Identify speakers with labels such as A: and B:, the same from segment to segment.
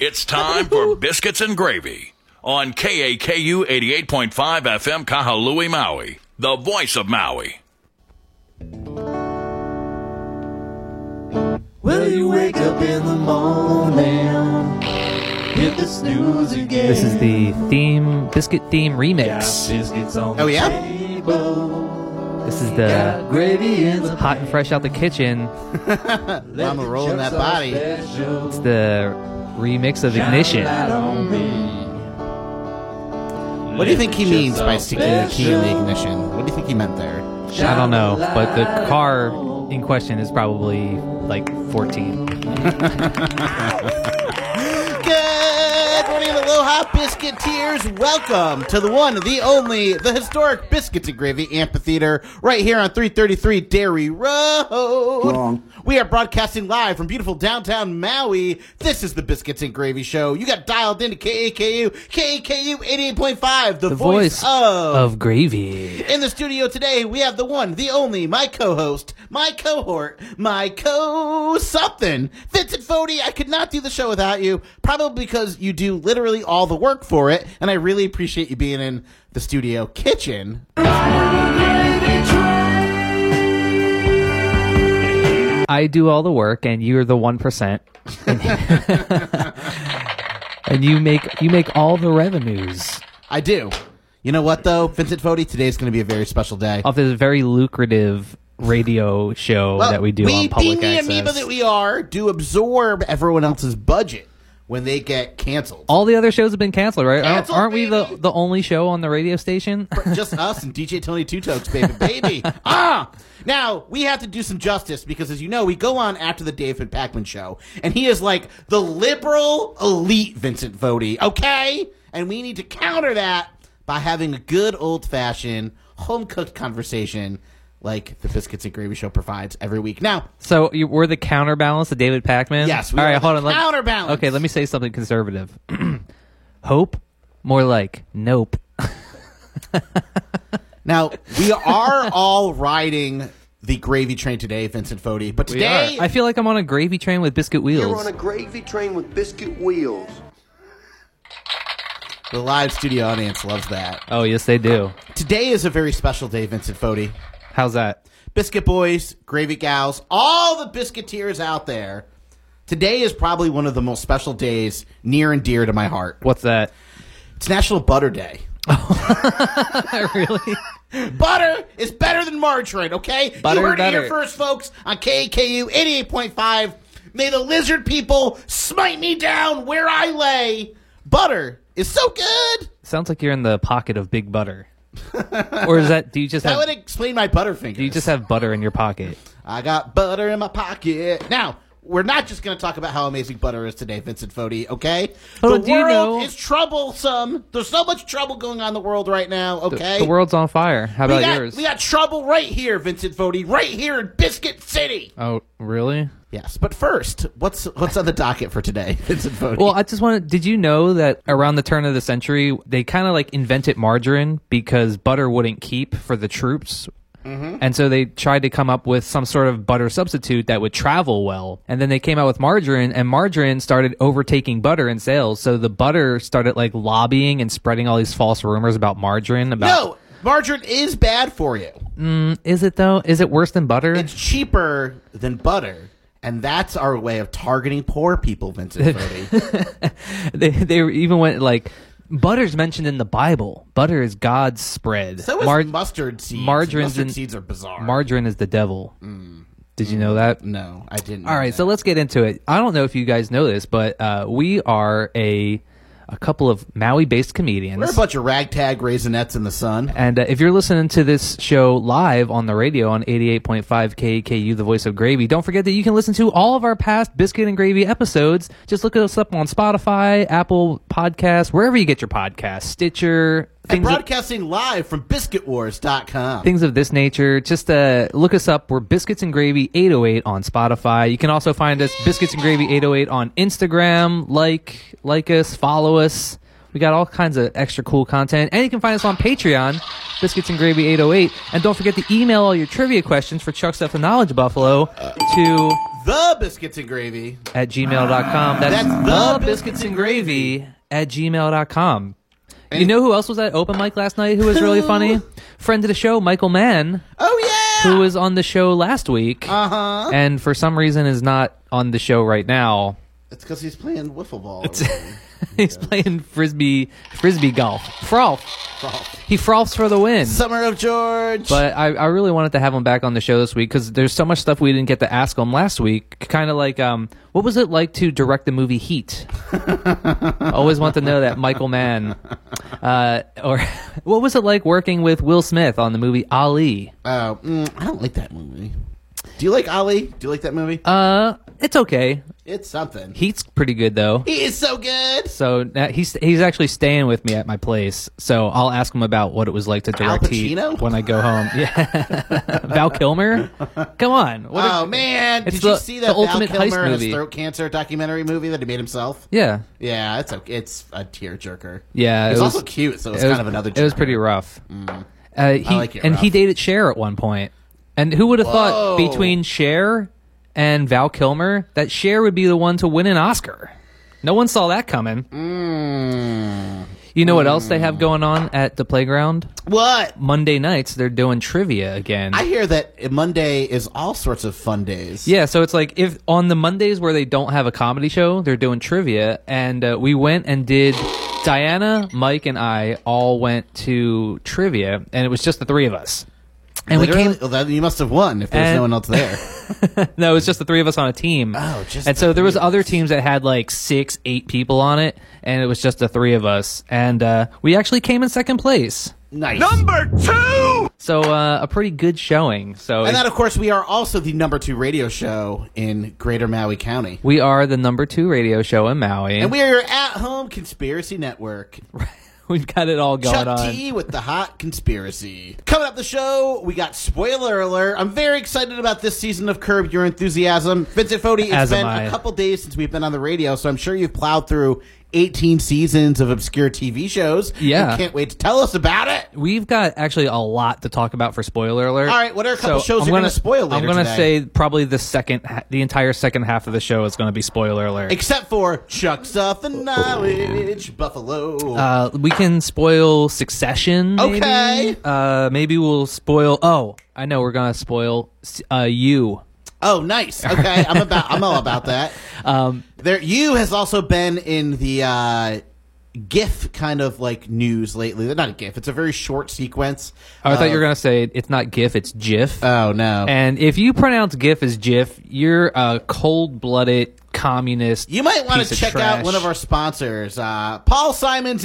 A: It's time for Biscuits and Gravy on KAKU 88.5 FM Kahului, Maui, the voice of Maui.
B: Will you wake up in the morning? Hit the snooze again.
C: This is the theme, biscuit theme
B: Got
C: remix.
B: biscuits on
D: Oh, yeah?
B: the table.
C: This is
B: Got
C: the
B: gravy in the
C: hot and fresh out the kitchen.
B: Let
D: Mama
B: the
D: rolling
B: jokes
D: that
B: are
D: body.
B: special.
C: It's the remix of Ignition.
B: Light on me.
D: What do you think he
B: Let the
D: means
B: jokes
D: by
B: are
D: sticking the key in the
B: special.
D: ignition? What do you think he meant there?
C: I don't know, but the car in question is probably like 14.
D: Good morning, Aloha Biscuiteers. Welcome to the one, the only, the historic Biscuits and Gravy Amphitheater right here on 333 Dairy Road. We are broadcasting live from beautiful downtown Maui. This is the Biscuits and Gravy Show. You got dialed into KAKU, KAKU 88.5, the,
C: The voice
D: of
C: of gravy.
D: In the studio today, we have the one, the only, my co-host, my cohort, my co-something, Vincent Fodi. I could not do the show without you, probably because you do literally all the work for it, and I really appreciate you being in the studio kitchen.
C: I do all the work, and you're the one percent. and you make you make all the revenues
D: I do. You know what though, Vincent Fodi, today's going to be a very special day.
C: off this very lucrative radio show
D: Well,
C: that we do on public
D: Uh, being the amoeba
C: access.
D: that we are, do absorb everyone else's budget when they get canceled.
C: all the other shows have been canceled, right? Aren't-
D: Canceled,
C: Aren't we the,
D: baby.
C: the only show on the radio station?
D: just us and DJ Tony Two Tokes, baby, baby. ah! Now, we have to do some justice because, as you know, we go on after the David Pacman show, and he is like the liberal elite Vincent Vody, okay? And we need to counter that by having a good old fashioned home cooked conversation like the Biscuits and Gravy show provides every week. Now,
C: so you, we're the counterbalance to David Pacman.
D: Yes, we
C: all
D: are
C: right,
D: the
C: hold on. let-
D: counterbalance.
C: Okay, let me say something conservative. Hope, more like nope.
D: now we are all riding the gravy train today, Vincent Fody, but today
C: I feel like I'm on a gravy train with biscuit wheels.
E: You're on a gravy train with biscuit wheels.
D: the live studio audience loves that.
C: oh yes, they do.
D: Today is a very special day, Vincent Fody.
C: How's that?
D: Biscuit Boys, Gravy Gals, all the Biscuiteers out there. Today is probably one of the most special days near and dear to my heart.
C: What's that?
D: It's National Butter Day.
C: Oh. really?
D: Butter is better than margarine, okay?
C: Butter
D: you heard it
C: better.
D: here first, folks, on KAKU 88.5. May the lizard people smite me down where I lay. Butter is so good.
C: Sounds like you're in the pocket of Big Butter. or is that? Do you just
D: That
C: have?
D: would explain my butterfingers.
C: do you just have butter in your pocket?
D: I got butter in my pocket. Now, we're not just going to talk about how amazing butter is today, Vincent Fodi, okay?
C: Oh,
D: the
C: do you
D: world
C: know-
D: is troublesome. There's so much trouble going on in the world right now, okay?
C: The world's on fire. How
D: we
C: about
D: got,
C: yours?
D: we got trouble right here, Vincent Fodi, right here in Biscuit City.
C: oh, really?
D: Yes, but first, what's what's on the docket for today, Vincent Fodi?
C: Well, I just wanted. Did you know that around the turn of the century, they kind of like invented margarine because butter wouldn't keep for the troops.
D: Mm-hmm.
C: And so they tried to come up with some sort of butter substitute that would travel well. And then they came out with margarine, and margarine started overtaking butter in sales. So the butter started like lobbying and spreading all these false rumors about margarine. About
D: no, margarine is bad for you.
C: Mm. is it though? Is it worse than butter?
D: It's cheaper than butter, and that's our way of targeting poor people, Vincent Fodi.
C: they, they even went like butter's mentioned in the Bible. Butter is God's spread.
D: so is
C: Mar-
D: mustard seeds.
C: margarine's
D: mustard
C: in-
D: seeds are bizarre.
C: margarine is the devil.
D: Mm.
C: Did you know that?
D: No, I didn't.
C: All right, so let's get into it. I don't know if you guys know this, but uh, we are a a couple of Maui-based comedians.
D: we're a bunch of ragtag raisinettes in the sun.
C: And uh, if you're listening to this show live on the radio on 88.5 KKU, the voice of gravy, don't forget that you can listen to all of our past Biscuit and Gravy episodes. Just look us up on Spotify, Apple Podcasts, wherever you get your podcasts, Stitcher,
D: And
C: things, of,
D: broadcasting live from biscuitwars.com.
C: things of this nature. Just uh, look us up. We're Biscuits and Gravy 808 on Spotify. You can also find us Biscuits and Gravy 808 on Instagram. Like, like us, follow us. We got all kinds of extra cool content. And you can find us on Patreon, Biscuits and Gravy 808. And don't forget to email all your trivia questions for Chuck Stuff and Knowledge Buffalo to
D: the biscuits and gravy.
C: at gmail.com. That's,
D: That's
C: the
D: the
C: biscuits and gravy at gmail.com. You
D: And-
C: know who else was at open mic last night who was really funny? Friend of the show, Michael Mann,
D: Oh yeah.
C: who was on the show last week
D: Uh huh.
C: and for some reason is not on the show right now.
D: It's because he's playing wiffle ball.
C: He's playing frisbee frisbee golf. Froth.
D: Froth.
C: He froths for the win.
D: Summer of George.
C: But I, I really wanted to have him back on the show this week because there's so much stuff we didn't get to ask him last week. Kind of like, um, what was it like to direct the movie Heat? I Always want to know that, Michael Mann. Uh, or what was it like working with Will Smith on the movie Ali?
D: Oh, mm, I don't like that movie. Do you like Ali? Do you like that movie?
C: Uh, it's okay.
D: it's something.
C: Heat's pretty good though.
D: He is so good.
C: So now he's he's actually staying with me at my place. So I'll ask him about what it was like to direct Heat
D: Pacino?
C: when I go home. Yeah, Val Kilmer. Come on. What a-
D: oh man,
C: It's
D: did
C: the-
D: you see that
C: the
D: Val
C: ultimate heist
D: Kilmer and his
C: movie.
D: throat cancer documentary movie that he made himself?
C: yeah.
D: Yeah, it's a, it's a tearjerker.
C: Yeah,
D: it's
C: it
D: also
C: was-
D: cute, so it's
C: It
D: kind
C: was-
D: of another.
C: It was
D: jerker.
C: pretty rough. Uh, he,
D: like it
C: and he
D: rough.
C: dated Cher at one point. And who would have thought
D: Whoa.
C: between Cher and Val Kilmer that Cher would be the one to win an Oscar? No one saw that coming.
D: Mm.
C: You know what else they have going on at the playground?
D: What?
C: Monday nights they're doing trivia again.
D: I hear that Monday is all sorts of fun days.
C: Yeah, so it's like if on the Mondays where they don't have a comedy show, they're doing trivia, and uh, we went and did. Diana, Mike, and I all went to trivia, and it was just the three of us. And
D: Literally-
C: we came.
D: well, then you must have won if there's
C: And-
D: no one else there.
C: No, it was just the three of us on a team.
D: Oh, just
C: and
D: the
C: so there
D: three
C: was
D: of
C: other teams that had like six, eight people on it, and it was just the three of us. And uh, we actually came in second place.
D: nice.
C: So uh, a pretty good showing. So
D: And then, of course, we are also the number two radio show in Greater Maui County.
C: we are the number two radio show in Maui,
D: And we are your at home conspiracy network.
C: we've got it all going
D: Chuck
C: on.
D: T with the hot conspiracy. Coming up the show, we got spoiler alert. I'm very excited about this season of Curb Your Enthusiasm. Vincent Fodi, It's
C: As am
D: been
C: I.
D: a couple days since we've been on the radio, so I'm sure you've plowed through 18 seasons of obscure TV shows.
C: Yeah.
D: You can't wait to tell us about it.
C: We've got actually a lot to talk about for spoiler alert.
D: All right, what are a couple shows you're gonna spoil
C: I'm
D: later
C: gonna
D: today?
C: say probably the second, ha- the entire second half of the show is going to be spoiler alert.
D: Except for Chuck's Off the Knowledge, Buffalo.
C: uh, we can spoil Succession. maybe.
D: Okay.
C: Uh, maybe we'll spoil. Oh, I know we're gonna spoil uh, you.
D: Oh, nice. Okay, I'm about. I'm all about that. Um, there, you has also been in the uh, GIF kind of like news lately. They're Not a GIF. It's a very short sequence.
C: Oh, I thought you were gonna say it's not GIF, it's GIF.
D: Oh no.
C: and if you pronounce GIF as GIF, you're a cold-blooded communist.
D: you might want
C: piece
D: to
C: of
D: check out
C: trash.
D: one of our sponsors, uh, Paul Simon's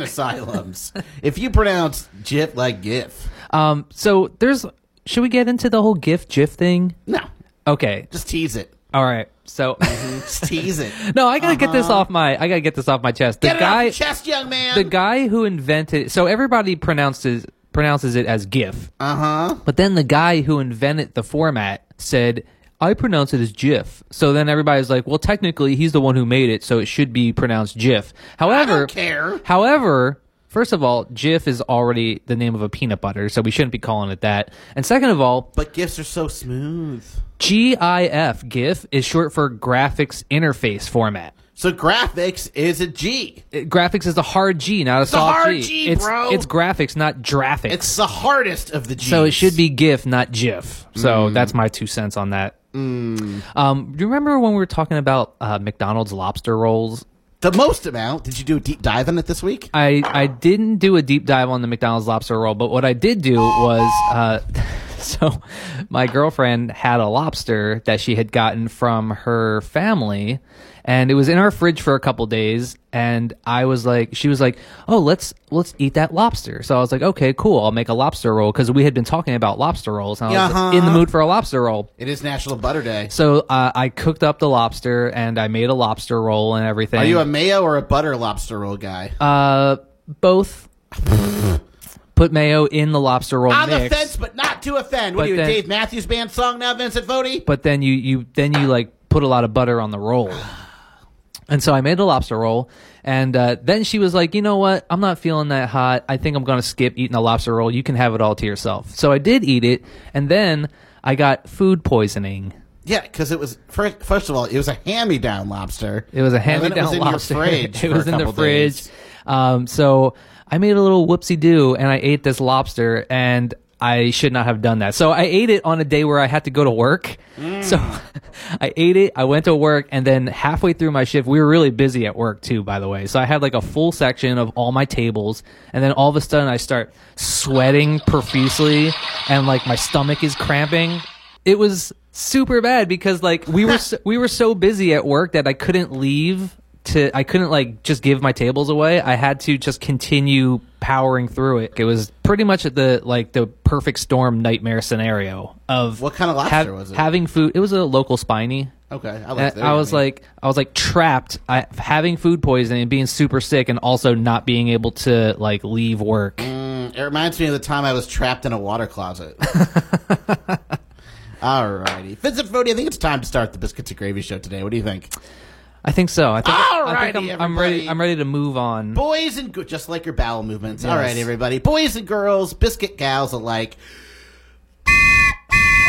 D: Asylums. if you pronounce GIF like GIF,
C: Um, so there's. Should we get into the whole GIF GIF thing?
D: no,
C: Okay.
D: just tease it.
C: All right. So.
D: Just tease it.
C: No, I gotta get this off my. I gotta get this off my chest. The
D: Uh-huh. Get it off
C: guy,
D: your chest, young man.
C: the guy who invented. So everybody pronounces pronounces it as GIF. Uh
D: Uh-huh.
C: huh. But then the guy who invented the format said, "I pronounce it as GIF." So then everybody's like, "Well, technically, he's the one who made it, so it should be pronounced GIF." However,
D: care.
C: However. First of all, GIF is already the name of a peanut butter, so we shouldn't be calling it that. And second of all,
D: but GIFs are so smooth.
C: GIF, GIF, is short for Graphics Interface Format.
D: So graphics is a G.
C: It- graphics is a hard G, not a
D: a
C: soft
D: hard
C: G.
D: G,
C: it's,
D: bro.
C: it's graphics, not graphics.
D: It's the hardest of the G's. Mm.
C: so it should be GIF, not GIF. So that's my two cents on that. Um, do you remember when we were talking about uh, McDonald's lobster rolls?
D: the most amount. Did you do a deep dive on it this week?
C: I, I didn't do a deep dive on the McDonald's lobster roll, but what I did do was uh, so my girlfriend had a lobster that she had gotten from her family, and it was in our fridge for a couple days. And I was like, she was like, oh, let's let's eat that lobster. So I was like, okay, cool, I'll make a lobster roll because we had been talking about lobster rolls, and I was
D: Uh-huh.
C: in the mood for a lobster roll.
D: It is National Butter Day.
C: So uh, I cooked up the lobster and I made a lobster roll and everything.
D: Are you a mayo or a butter lobster roll guy?
C: Uh, both. Put mayo in the lobster roll
D: on
C: mix,
D: the fence, but not to offend. What
C: But
D: are you,
C: then-
D: a Dave Matthews Band song now, Vincent Fodi?
C: but then you you then you like put a lot of butter on the roll. And so I made a lobster roll, and uh, then she was like, "You know what? I'm not feeling that hot. I think I'm gonna skip eating the lobster roll. You can have it all to yourself." So I did eat it, and then I got food poisoning.
D: Yeah, because it was first. First of all, it was a hand-me-down lobster.
C: It was a
D: And
C: hand me
D: then
C: down lobster.
D: It was in your fridge.
C: it
D: for
C: was
D: a
C: in the
D: couple
C: fridge.
D: days.
C: Um, so I made a little whoopsie doo and I ate this lobster and I should not have done that. So I ate it on a day where I had to go to work. So I ate it, I went to work, and then halfway through my shift, we were really busy at work too, by the way. So I had like a full section of all my tables, and then all of a sudden I start sweating profusely and like my stomach is cramping it was super bad because like we were so, we were so busy at work that I couldn't leave to I couldn't like just give my tables away. I had to just continue powering through it. It was pretty much at the like the perfect storm nightmare scenario of
D: What kind of lobster was it?
C: Having food. It was a local spiny.
D: Okay, I, like
C: And I was like, I was like trapped, I, having food poisoning, and being super sick, and also not being able to like leave work.
D: it reminds me of the time I was trapped in a water closet. Alrighty, Vincent Fodi, I think it's time to start the biscuits and gravy show today. What do you think,
C: I think so. I think, I
D: Alrighty,
C: am ready.
D: everybody.
C: I'm ready to move on.
D: boys and gr- just like your bowel movements? All right, everybody, boys and girls, biscuit gals alike.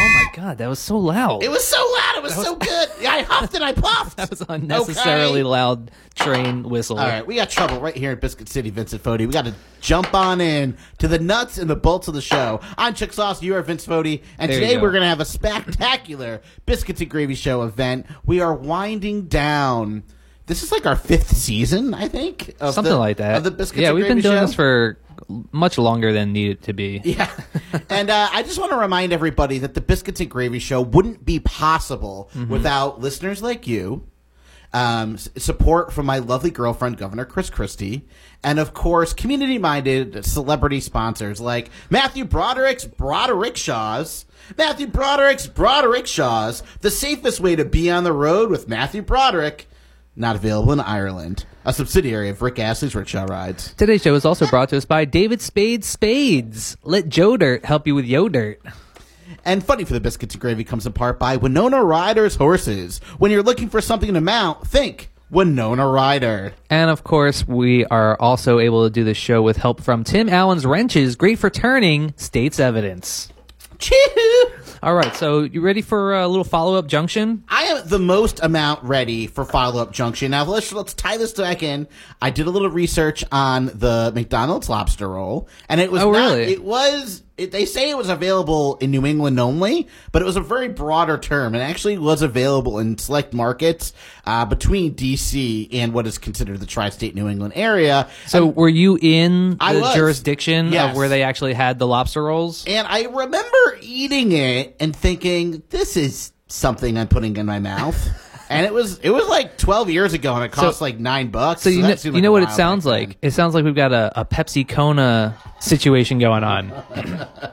C: Oh my god, that was so loud.
D: It was so loud. It was, so good. I huffed and I puffed.
C: That was unnecessarily
D: Okay.
C: loud train whistle.
D: All right, we got trouble right here in Biscuit City, Vincent Fodi. We got to jump on in to the nuts and the bolts of the show. I'm Chuck Sauce, you are Vince Fodi, and
C: There you
D: today
C: go.
D: we're going to have a spectacular Biscuits and Gravy Show event. We are winding down. This is like our fifth season, I think. Of
C: Something
D: the,
C: like that.
D: Of the Biscuits
C: yeah,
D: and
C: we've been
D: Gravy
C: doing
D: Show.
C: this for much longer than needed to be.
D: Yeah. and uh, I just want to remind everybody that the Biscuits and Gravy Show wouldn't be possible without listeners like you, um, s- support from my lovely girlfriend, Governor Chris Christie, and of course, community minded celebrity sponsors like Matthew Broderick's Broderick Shaws. Matthew Broderick's Broderick Shaws, the safest way to be on the road with Matthew Broderick, not available in Ireland, a subsidiary of Rick Astley's Rickshaw Rides.
C: Today's show is also brought to us by David Spade Spades. Let Joe Dirt help you with Yo Dirt.
D: And Funny for the Biscuits and Gravy comes apart by Winona Ryder's Horses. When you're looking for something to mount, think Winona Ryder.
C: And of course, we are also able to do this show with help from Tim Allen's Wrenches, great for turning states evidence.
D: Chee-hoo!
C: All right, so you ready for a little follow up junction?
D: I am the most amount ready for follow up junction. Now let's let's tie this back in. I did a little research on the McDonald's lobster roll, and it was
C: Oh,
D: not-
C: really?
D: it was it, they say it was available in New England only, but it was a very broader term, and actually was available in select markets uh, between D.C. and what is considered the tri-state New England area.
C: So, were you in
D: I
C: the
D: was.
C: jurisdiction
D: Yes.
C: of where they actually had the lobster rolls?
D: And I remember eating it and thinking, this is something I'm putting in my mouth. and it was it was like 12 years ago and it cost like 9 bucks.
C: So you
D: that
C: know,
D: seemed
C: you know
D: like
C: what
D: a
C: it
D: while
C: sounds
D: back then.
C: like? It sounds like we've got a, a Pepsi Kona situation going on.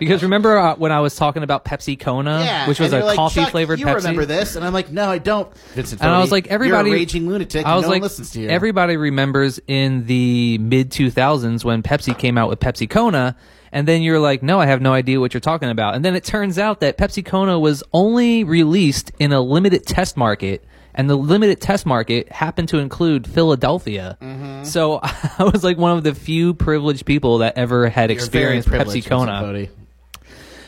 C: because remember uh, when I was talking about Pepsi Kona,
D: Yeah,
C: which was
D: and
C: a
D: you're like,
C: coffee
D: "Chuck,
C: flavored
D: you
C: Pepsi?
D: remember this? And I'm like, no, I don't. Vincent
C: And I
D: Fodi,
C: was like, everybody,
D: you're a raging lunatic.
C: I was
D: no
C: like,
D: one listens to you.
C: everybody remembers in the mid 2000s when Pepsi came out with Pepsi Kona, and then you're like, no, I have no idea what you're talking about. And then it turns out that Pepsi Kona was only released in a limited test market, and the limited test market happened to include Philadelphia.
D: Mm-hmm.
C: So I was like one of the few privileged people that ever had
D: You're very
C: experienced Pepsi
D: privileged,
C: Kona.
D: Vincent Fodi.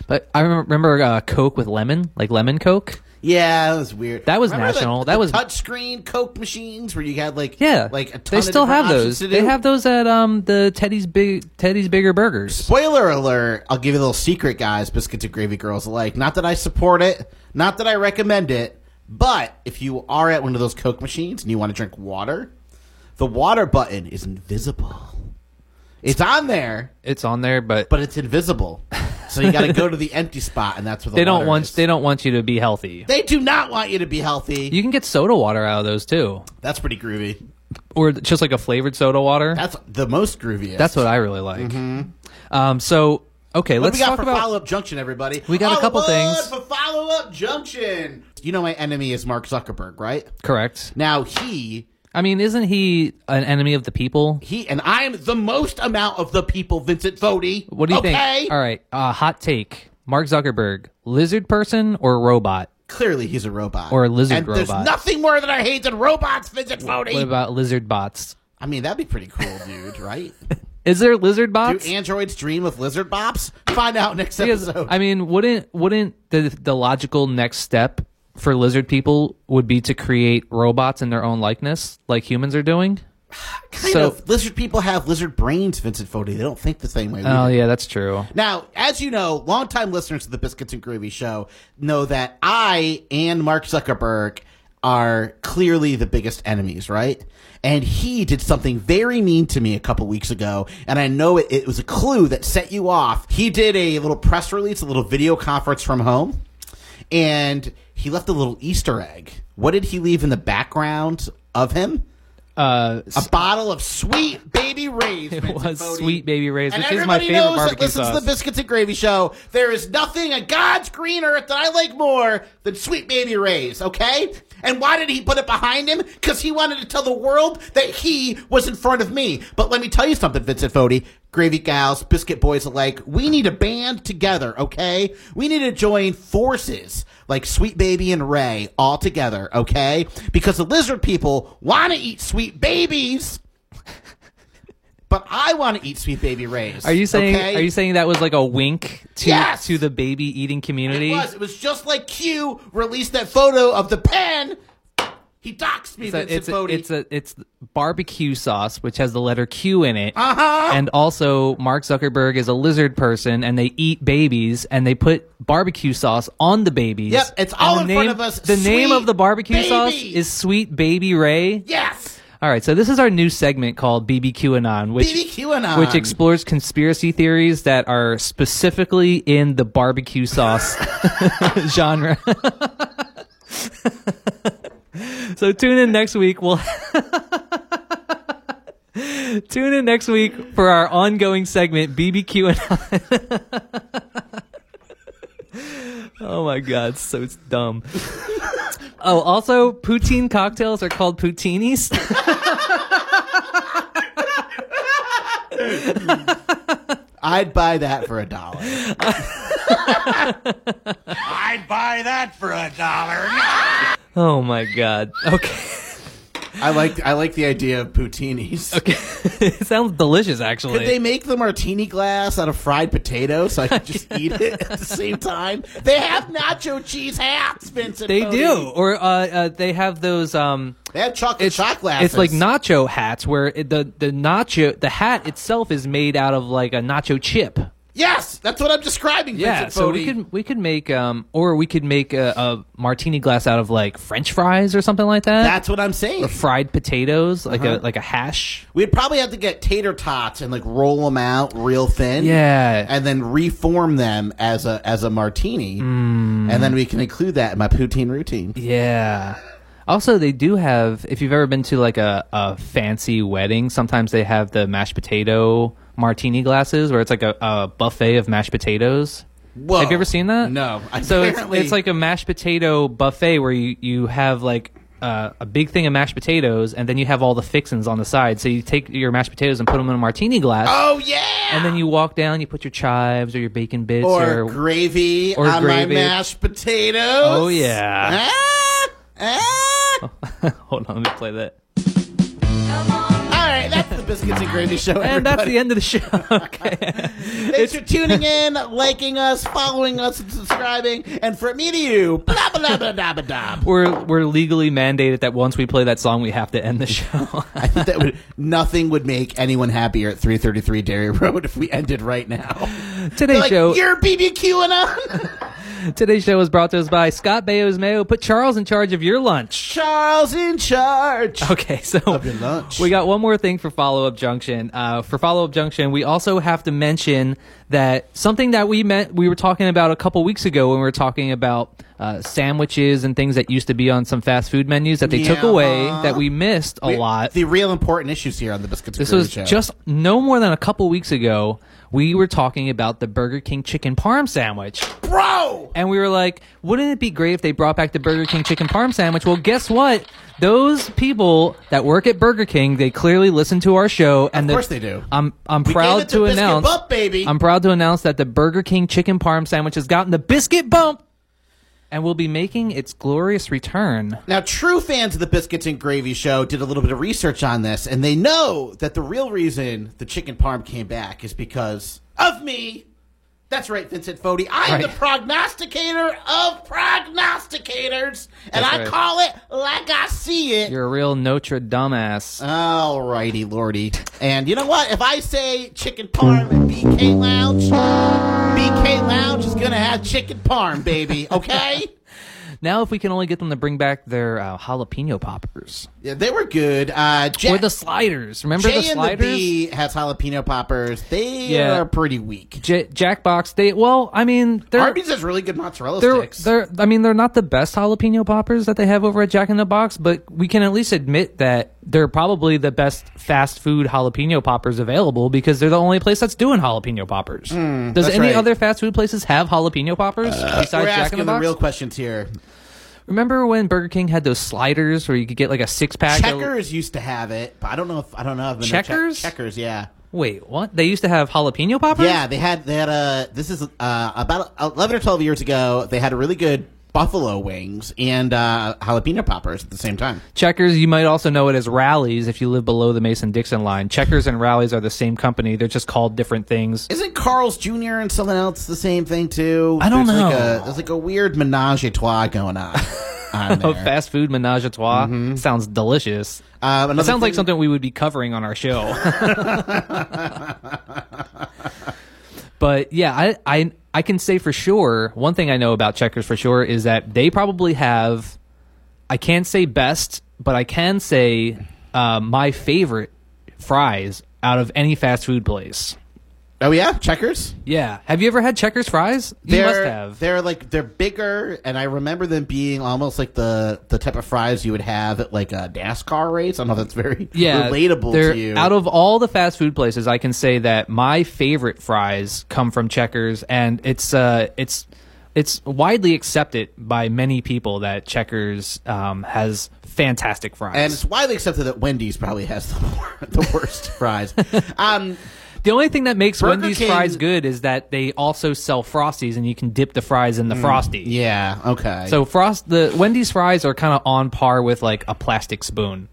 C: But I rem- remember uh, Coke with lemon, like lemon Coke.
D: Yeah, that was weird.
C: That was
D: Remember the-
C: national.
D: The,
C: That was-
D: touchscreen Coke machines where you had like
C: Yeah,
D: like a ton
C: they
D: of
C: still
D: different
C: have
D: options
C: those.
D: to
C: They
D: do.
C: have those at um the Teddy's big Teddy's bigger burgers.
D: Spoiler alert, I'll give you a little secret, guys, biscuits and gravy girls alike. Not that I support it, not that I recommend it, but if you are at one of those Coke machines and you want to drink water, the water button is invisible. It's on there,
C: It's on there, but,
D: but it's invisible. So you got to go to the empty spot, and that's where the
C: they don't
D: water
C: want
D: is.
C: they don't want you to be healthy.
D: They do not want you to be healthy.
C: You can get soda water out of those too,
D: That's pretty groovy.
C: or just like a flavored soda water.
D: That's the most groovy.
C: That's what I really like. Um, so okay,
D: Mm-hmm. What
C: let's
D: do we got
C: talk
D: for
C: about
D: follow up junction, everybody?
C: We got a
D: All
C: couple
D: aboard
C: things.
D: for follow up junction. You know my enemy is Mark Zuckerberg, right?
C: correct.
D: Now he
C: I mean, isn't he an enemy of the people?
D: he and I am the most amount of the people, Vincent Fodi.
C: What do you
D: okay?
C: think? All right, uh, hot take: Mark Zuckerberg, lizard person or robot?
D: Clearly he's a robot.
C: Or a lizard
D: and
C: robot.
D: There's nothing more that I hate than robots, Vincent
C: What
D: Fodi.
C: about lizard bots?
D: I mean, that'd be pretty cool, dude, right?
C: Is there lizard
D: do
C: bots?
D: androids dream of lizard bops? Find out next
C: Because,
D: episode.
C: I mean, wouldn't wouldn't the the logical next step for lizard people would be to create robots in their own likeness, like humans are doing.
D: Kind
C: so-
D: of. Lizard people have lizard brains, Vincent Fodi. They don't think the same way. we
C: Oh
D: do.
C: yeah, that's true.
D: Now, as you know, longtime listeners to the Biscuits and Gravy Show know that I and Mark Zuckerberg are clearly the biggest enemies, right? And he did something very mean to me a couple weeks ago, and I know it, it was a clue that set you off. He did a little press release, a little video conference from home, and he left a little Easter egg. What did he leave in the background of him?
C: Uh,
D: A bottle of sweet baby Ray's. It
C: was Sweet Baby Ray's,
D: and
C: which is my
D: everybody
C: favorite
D: knows that
C: barbecue
D: listens to
C: sauce.
D: the Biscuits and Gravy Show. There is nothing on God's green earth that I like more than Sweet Baby Ray's. Okay, and why did he put it behind him? Because he wanted to tell the world that he was in front of me. But let me tell you something, Vincent Fodi, Gravy Gals, Biscuit Boys alike. We need to band together. Okay, we need to join forces like Sweet Baby and Ray all together. Okay, because the lizard people want to eat sweet babies. But I want to eat sweet baby rays.
C: are you saying
D: okay?
C: are you saying that was like a wink to
D: Yes!
C: to the baby eating community?
D: It was. It was just like Q released that photo of the pen. He doxed me,
C: It's a,
D: Vincent
C: it's, a,
D: Fodi.
C: it's a it's barbecue sauce which has the letter Q in it, uh-huh. and also Mark Zuckerberg is a lizard person, and they eat babies, and they put barbecue sauce on the babies.
D: Yep, it's
C: And
D: all
C: the
D: in front
C: name-
D: of us.
C: The name
D: Sweet
C: of the barbecue sauce
D: baby.
C: is Sweet Baby Ray.
D: yes,
C: All right, so this is our new segment called BBQ Anon, which
D: BBQ and
C: which explores conspiracy theories that are specifically in the barbecue sauce genre. so tune in next week. We'll tune in next week for our ongoing segment BBQ and. Oh my god, so it's dumb. oh, also, poutine cocktails are called poutinis.
D: I'd buy that for a dollar.
F: I'd buy that for a dollar.
C: oh my god. Okay.
D: I like. I like the idea of poutinis.
C: it sounds delicious, actually.
D: Could they make the martini glass out of fried potato so I could just eat it at the same time? They have nacho cheese hats, Vincent.
C: They
D: Fodi.
C: do, or uh, uh, they have those. Um,
D: They have chocolate shot glasses.
C: it's like nacho hats, where it, the the nacho the hat itself is made out of like a nacho chip.
D: Yes, that's what I'm describing.
C: Yeah,
D: Vincent
C: so we
D: Fodi.
C: could we could make um, or we could make a, a martini glass out of like French fries or something like that. Uh-huh.
D: That's what I'm saying.
C: fried potatoes, like a like a hash.
D: We'd probably have to get tater tots and like roll them out real thin.
C: Yeah.
D: And then reform them as a as a martini. And then we can include that in my poutine routine.
C: Yeah. Also, they do have. If you've ever been to like a, a fancy wedding, sometimes they have the mashed potato martini glasses, where it's like a, a buffet of mashed potatoes.
D: Whoa.
C: Have you ever seen that?
D: No.
C: So it's,
D: Apparently-
C: it's like a mashed potato buffet where you you have like. Uh, a big thing of mashed potatoes, and then you have all the fixins on the side. So you take your mashed potatoes and put them in a martini glass,
D: Oh yeah.
C: and then you walk down. You put your chives or your bacon bits
D: or
C: or,
D: gravy
C: or
D: on my
C: gravy.
D: mashed potatoes.
C: oh yeah.
D: Ah, ah.
C: Hold on, let me play that.
D: All right, that's the biscuits and gravy show.
C: And that's
D: everybody.
C: the end of the show. okay.
D: Thanks for tuning in, liking us, following us, and subscribing. And for me to you, blah blah blah blah blah blah.
C: We're we're legally mandated that once we play that song, we have to end the show.
D: I think that would nothing would make anyone happier at 333 Dairy Road if we ended right now.
C: today's
D: Like
C: show
D: you're BBQing on
C: today's show was brought to us by Scott Bayo's Mayo. Put Charles in charge of your lunch.
D: Charles in charge.
C: Okay, so
D: lunch.
C: we got one more thing for follow up junction. Uh, for follow up junction, we also have to mention that something that we meant we were talking about a couple weeks ago when we were talking about uh, sandwiches and things that used to be on some fast food menus that they took
D: Yeah.
C: away that we missed a lot.
D: The real important issues here on the biscuits. and
C: This
D: Gravy
C: was
D: show.
C: just no more than a couple weeks ago. We were talking about the Burger King chicken parm sandwich.
D: bro.
C: And we were like, wouldn't it be great if they brought back the Burger King chicken parm sandwich? Well, guess what? Those people that work at Burger King, they clearly listen to our show and
D: course they do.
C: I'm I'm
D: We
C: proud
D: gave it
C: to
D: the biscuit
C: announce
D: bump, baby.
C: I'm proud to announce that the Burger King chicken parm sandwich has gotten the biscuit bump and will be making its glorious return.
D: Now, true fans of the Biscuits and Gravy Show did a little bit of research on this, and they know that the real reason the chicken parm came back is because of me. That's right, Vincent Fodi. I am
C: Right.
D: the prognosticator of prognosticators, and
C: That's
D: I
C: right.
D: call it like I see it.
C: You're a real Notre Dame ass.
D: Alrighty, lordy. And you know what? If I say chicken parm and BK Lounge, BK Lounge is gonna have chicken parm, baby. Okay?
C: Now, if we can only get them to bring back their uh, jalapeno poppers
D: yeah, they were good. Uh, J-
C: or the sliders. Remember
D: J
C: the
D: and the
C: sliders?
D: B has jalapeno poppers. They
C: Yeah.
D: are pretty weak.
C: J- Jackbox. They well, I mean, they're
D: Arby's has really good mozzarella
C: they're,
D: sticks.
C: they're I mean they're not the best jalapeno poppers that they have over at Jack in the Box, but we can at least admit that they're probably the best fast food jalapeno poppers available because they're the only place that's doing jalapeno poppers. Does any
D: Hmm, right. Uh,
C: other fast food places have jalapeno poppers
D: we're
C: besides Jack in
D: asking
C: the
D: the,
C: Box?
D: real questions here.
C: Remember when Burger King had those sliders where you could get like a six pack?
D: Checkers used to have it, but I don't know if I don't know. If
C: Checkers?
D: checkers, yeah.
C: Wait, what? They used to have jalapeno poppers?
D: Yeah, they had they had a. This is uh, about eleven or twelve years ago. They had a really good buffalo wings and uh, jalapeno poppers at the same time.
C: Checkers, you might also know it as Rallies if you live below the Mason Dixon line. Checkers and Rallies are the same company. They're just called different things.
D: Isn't Carl's Jr. and something else the same thing too?
C: I don't
D: There's like
C: know.
D: a- there's like a weird menage a trois going on. Uh, on
C: Oh,
D: there. Mm-hmm.
C: fast food menage a trois sounds delicious.
D: Uh,
C: That
D: another
C: sounds like
D: thing-
C: something we would be covering on our show. but yeah, I, I I can say for sure one thing I know about Checkers for sure is that they probably have. I can't say best, but I can say uh, my favorite fries out of any fast food place.
D: Oh yeah, checkers.
C: Yeah, have you ever had Checkers fries? You
D: they're,
C: must have.
D: They're like they're bigger, and I remember them being almost like the the type of fries you would have at like a NASCAR race. I don't know if that's very
C: yeah,
D: relatable
C: they're-
D: to you.
C: Out of all the fast food places, I can say that my favorite fries come from Checkers, and it's uh, it's it's widely accepted by many people that Checkers um, has fantastic
D: and
C: fries.
D: it's widely accepted that Wendy's probably has the, more, the worst fries. Um,
C: the only thing that makes
D: Burger
C: Wendy's
D: King-
C: fries good is that they also sell Frosties, and you can dip the fries in the
D: Mm.
C: Frosty.
D: yeah, okay.
C: So frost the Wendy's fries are kind of on par with like a plastic spoon,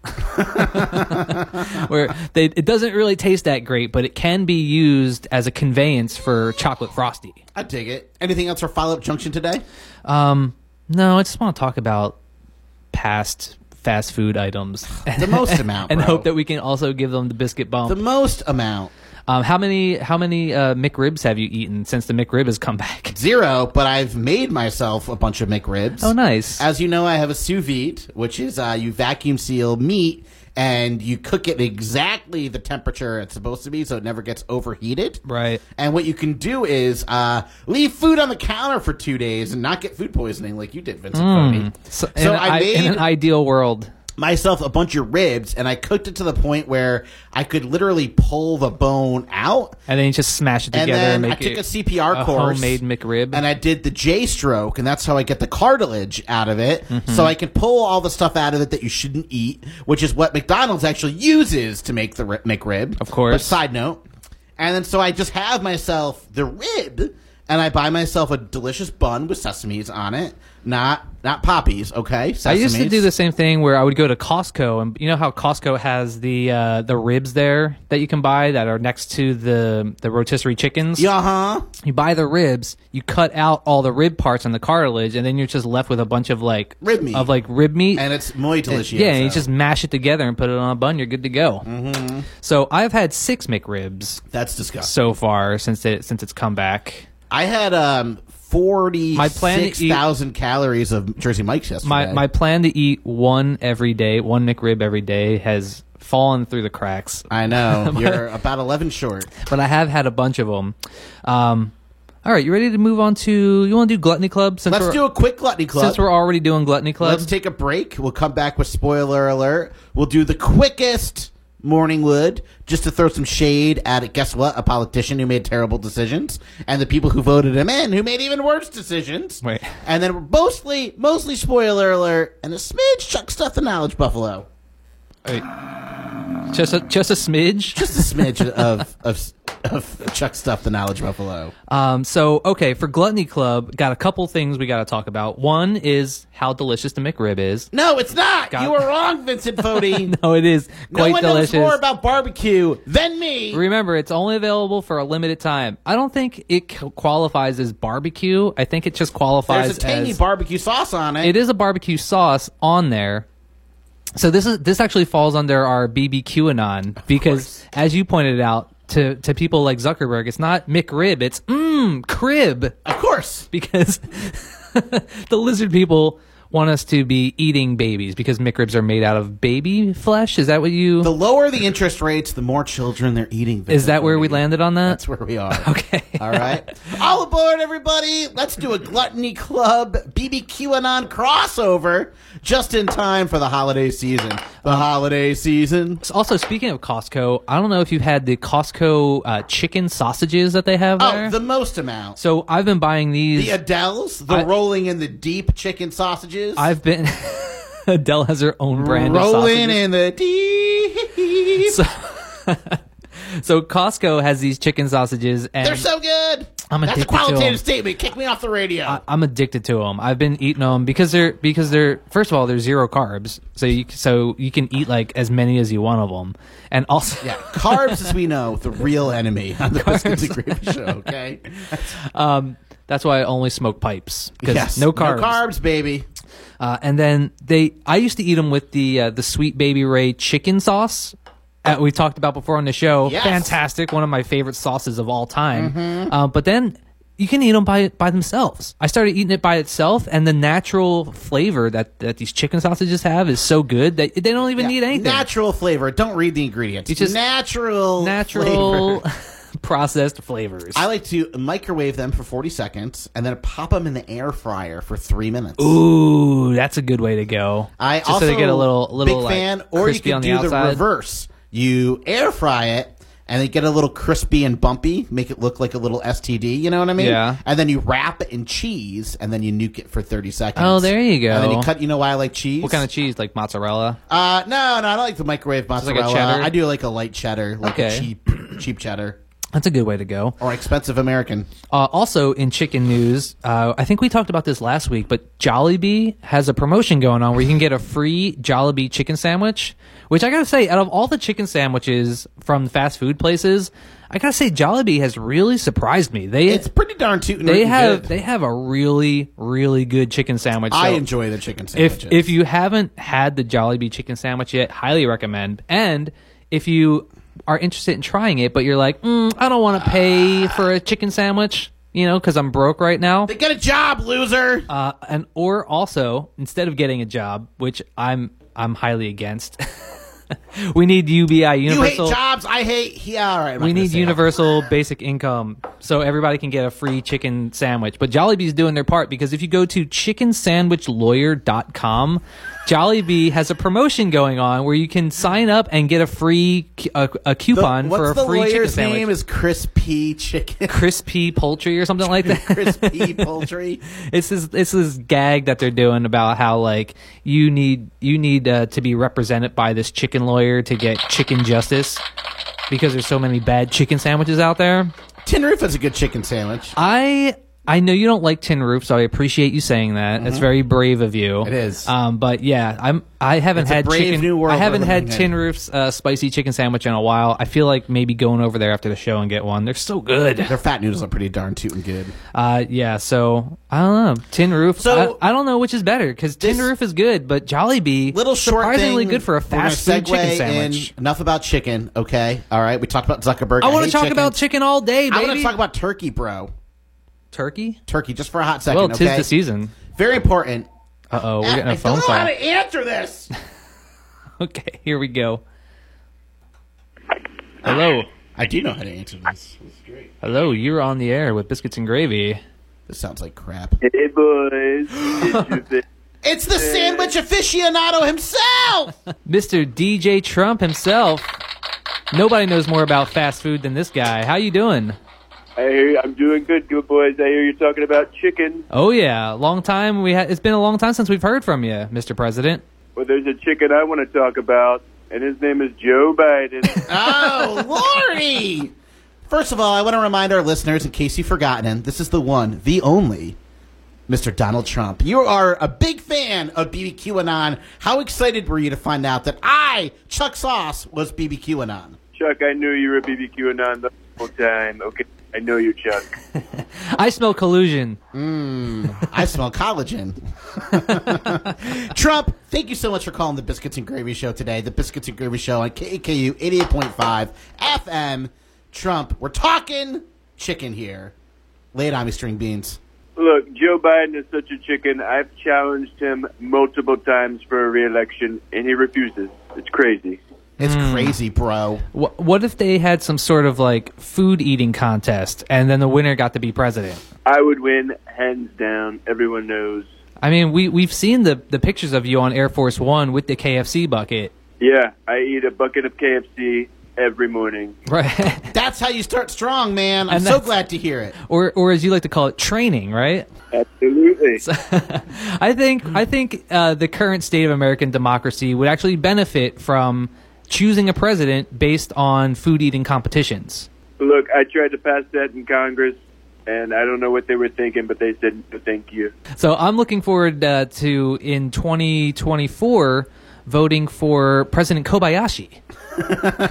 C: where they, it doesn't really taste that great, but it can be used as a conveyance for chocolate frosty.
D: I dig it. Anything else for follow up junction today?
C: Um, no, I just want to talk about past fast food items
D: The most amount,
C: and
D: bro.
C: hope that we can also give them the biscuit bump.
D: the most amount
C: um, how many how many uh, McRibs have you eaten since the McRib has come back?
D: zero, but I've made myself a bunch of McRibs.
C: Oh, nice.
D: As you know, I have a sous vide, which is uh, you vacuum seal meat and you cook it exactly the temperature it's supposed to be so it never gets overheated.
C: Right.
D: And what you can do is uh, leave food on the counter for two days and not get food poisoning like you did, Vincent Fodi.
C: So,
D: So
C: in,
D: I
C: I- in
D: made-
C: an ideal world.
D: myself a bunch of ribs and I cooked it to the point where I could literally pull the bone out.
C: And then you just smash it
D: And
C: together
D: then
C: make
D: I took
C: it
D: a CPR
C: a
D: course.
C: homemade McRib.
D: and I did the J stroke, and that's how I get the cartilage out of it.
C: Mm-hmm.
D: So I can pull all the stuff out of it that you shouldn't eat, which is what McDonald's actually uses to make the ri- McRib.
C: Of course.
D: But side note, and then so I just have myself the rib, and I buy myself a delicious bun with sesames on it, not not poppies. Okay, sesames.
C: I used to do the same thing where I would go to Costco, and you know how Costco has the uh, the ribs there that you can buy that are next to the the rotisserie chickens.
D: Uh huh.
C: You buy the ribs, you cut out all the rib parts and the cartilage, and then you're just left with a bunch of like
D: Rib meat.
C: of like rib meat.
D: And it's muy delicious.
C: yeah, and you just mash it together and put it on a bun. You're good to go. Mm-hmm. So I've had six McRibs
D: that's disgusting.
C: so far since it since it's come back.
D: I had um forty
C: My plan to eat-
D: six thousand calories of Jersey Mike's yesterday.
C: my my plan to eat one every day, one McRib every day, has fallen through the cracks.
D: I know you're about eleven short.
C: But I have had a bunch of them. Um, all right, you ready to move on to? You want to do Gluttony Club? Since
D: Let's
C: we're,
D: do a quick gluttony club.
C: since we're already doing Gluttony Club.
D: Let's take a break. We'll come back with spoiler alert. We'll do the quickest Morningwood just to throw some shade at guess what? A politician who made terrible decisions and the people who voted him in who made even worse decisions.
C: Wait.
D: And then we're mostly mostly spoiler alert and a smidge chuck stuff the knowledge buffalo.
C: Wait. Just a just a smidge.
D: Just a smidge of of of Chuck Stuff the Knowledge Buffalo.
C: Um, so, okay, for Gluttony Club, got a couple things we got to talk about. One is how delicious the McRib is.
D: No, it's not.
C: God.
D: You were wrong, Vincent Fodi.
C: No, it is
D: No
C: quite
D: one
C: delicious.
D: knows more about barbecue than me.
C: Remember, it's only available for a limited time. I don't think it c- qualifies as barbecue. I think it just qualifies
D: There's a tangy
C: as
D: barbecue sauce on it.
C: it is a barbecue sauce on there. So this is this actually falls under our BBQ anon because as you pointed out to to people like Zuckerberg, it's not McRib, it's mmm crib
D: Of course.
C: because the lizard people want us to be eating babies because McRibs are made out of baby flesh. Is that what you?
D: The lower the interest rates, the more children they're eating.
C: is that where we
D: Fodi.
C: landed on that?
D: That's where we are.
C: Okay.
D: All right. All aboard, everybody. Let's do a Gluttony Club BBQ Anon crossover just in time for the holiday season. The holiday season.
C: Also, speaking of Costco, I don't know if you've had the Costco uh, chicken sausages that they have there.
D: Oh, the most amount.
C: so I've been buying these.
D: The Adele's, the
C: I-
D: rolling in the deep chicken sausages.
C: I've been. Adele has her own brand of
D: rolling
C: sausages.
D: in the deep.
C: So, so Costco has these chicken sausages, and
D: They're so good.
C: I'm
D: That's a
C: addicted to Uh, 'em.
D: qualitative statement. Kick me off the radio.
C: I- I'm addicted to them. I've been eating them because they're because they're first of all they're zero carbs, so you so you can eat like as many as you want of them, and also
D: yeah, carbs, as we know, the real enemy on the Biscuits and Gravy Show. Okay,
C: um, that's why I only smoke pipes because no carbs.
D: no carbs, baby.
C: Uh, and then they, I used to eat them with the uh, the sweet baby Ray chicken sauce. That we talked about before on the show.
D: Yes. Mm-hmm.
C: Fantastic, one of my favorite sauces of all time. Uh, but then you can eat them by by themselves. I started eating it by itself, and the natural flavor that that these chicken sausages have is so good that they don't even need anything.
D: Natural flavor. Don't read the ingredients.
C: It's just
D: natural.
C: natural
D: flavor.
C: processed flavors.
D: I like to microwave them for 40 seconds and then pop them in the air fryer for three minutes.
C: Ooh, that's a good way to go.
D: I
C: Just
D: also
C: so they get a little little
D: big
C: like,
D: fan, or you
C: crispy
D: can
C: on
D: do the,
C: outside.
D: reverse. You air fry it and they get a little crispy and bumpy, make it look like a little STD. You know what I mean?
C: Yeah.
D: And then you wrap it in cheese and then you nuke it for 30 seconds.
C: Oh, there you go.
D: And then you cut. You know why I like cheese?
C: What kind of cheese? Like mozzarella?
D: Uh, no, no, I don't like the microwave
C: like
D: mozzarella.
C: a cheddar?
D: I do like a light cheddar, like
C: Okay.
D: a cheap, cheap cheddar
C: That's a good way to go.
D: or expensive American.
C: Uh, also, in chicken news, uh, I think we talked about this last week, but Jollibee has a promotion going on where you can get a free Jollibee chicken sandwich. Which I gotta say, out of all the chicken sandwiches from fast food places, I gotta say Jollibee has really surprised me. They
D: It's pretty darn tootin'
C: they
D: rootin'
C: have
D: good.
C: they have a really really good chicken sandwich.
D: I
C: So
D: enjoy the chicken
C: If
D: sandwiches.
C: if you haven't had the Jollibee chicken sandwich yet, highly recommend. And if you are interested in trying it, but you're like, mm, I don't want to pay for a chicken sandwich, you know, because I'm broke right now.
D: They get a job, loser.
C: Uh, and or also, instead of getting a job, which I'm I'm highly against, we need UBI
D: you hate
C: universal.
D: jobs. I hate. Yeah, all right. I'm not
C: we
D: gonna
C: need
D: say it.
C: universal basic income so everybody can get a free chicken sandwich. But Jollibee's doing their part because if you go to chickensandwichlawyer.com, Jollibee has a promotion going on where you can sign up and get a free cu- a, a
D: The-
C: coupon
D: what's
C: for a
D: the
C: free chicken
D: lawyer's
C: sandwich.
D: name? Is Chris P. Chicken?
C: Crispy poultry or something like that.
D: Chris P. Poultry.
C: It's this it's this gag that they're doing about how like you need you need uh, to be represented by this chicken lawyer to get chicken justice because there's so many bad chicken sandwiches out there.
D: Tin Roof is a good chicken sandwich.
C: I I know you don't like tin roof, so I appreciate you saying that. It's very brave of you. It
D: Mm-hmm. is.
C: Um, but yeah, I'm I haven't
D: a
C: had
D: brave
C: chicken.
D: new world
C: I haven't
D: we're
C: had
D: living
C: tin
D: in.
C: roof's uh, spicy chicken sandwich in a while. I feel like maybe going over there after the show and get one. They're so good.
D: Their fat noodles are pretty darn tootin' good.
C: Uh, yeah. So I don't know. Tin roof.
D: So-
C: I, I don't know which is better because tin
D: This-
C: roof is good, but Jollibee
D: Little short
C: surprisingly
D: thing,
C: good for a
D: we're gonna
C: fast food chicken
D: segue
C: sandwich.
D: in. Enough about chicken, okay? All right, we talked about Zuckerberg.
C: I want
D: hate
C: to talk about chicken all day,
D: I want
C: baby.
D: to talk about turkey, bro.
C: turkey.
D: Turkey, just for a hot second.
C: Well, tis
D: okay?
C: the season.
D: Very important.
C: Uh oh, we're getting
D: Ah, I
C: a phone
D: don't know
C: call.
D: how to answer this.
C: Okay, here we go. Hello.
D: I do know how to answer this.
C: Hello, you're on the air with biscuits and gravy.
D: This sounds like crap.
G: Hey boys, did you think
D: It's the sandwich aficionado himself.
C: Mr. DJ Trump himself. Nobody knows more about fast food than this guy. How you doing?
G: I hear you, I'm doing good, good boys. I hear you're talking about chicken.
C: Oh yeah, long time we ha- it's been a long time since we've heard from you, Mr. President.
G: Well, there's a chicken I want to talk about, and his name is Joe Biden.
D: oh, Lori. First of all, I want to remind our listeners, in case you've forgotten him, this is the one, the only, Mr. Donald Trump. You are a big fan of BBQAnon. How excited were you to find out that I, Chuck Sauce, was BBQAnon?
G: Chuck, I knew you were a BBQ anon the whole time. Okay, I know you, Chuck.
C: I smell collusion.
D: I smell collagen. Trump, thank you so much for calling the Biscuits and Gravy Show today. The Biscuits and Gravy Show on KAKU 88.5 FM. Trump, we're talking chicken here. Lay it on me, string beans.
G: Look, Joe Biden is such a chicken. I've challenged him multiple times for a reelection, and he refuses. It's crazy.
D: It's
C: Hmm.
D: crazy, bro.
C: What, what if they had some sort of like food eating contest and then the winner got to be president?
G: I would win hands down. Everyone knows.
C: I mean, we we've seen the the pictures of you on Air Force 1 with the KFC bucket.
G: Yeah, I eat a bucket of KFC every morning.
C: Right.
D: That's how you start strong, man. I'm
C: And
D: so
C: that's-
D: glad to hear it.
C: or or as you like to call it training, right?
G: Absolutely.
C: I think I think uh, the current state of American democracy would actually benefit from choosing a president based on food eating competitions.
G: Look, I tried to pass that in Congress, and I don't know what they were thinking, but they said no, thank you.
C: So I'm looking forward uh, to in 2024 voting for President Kobayashi.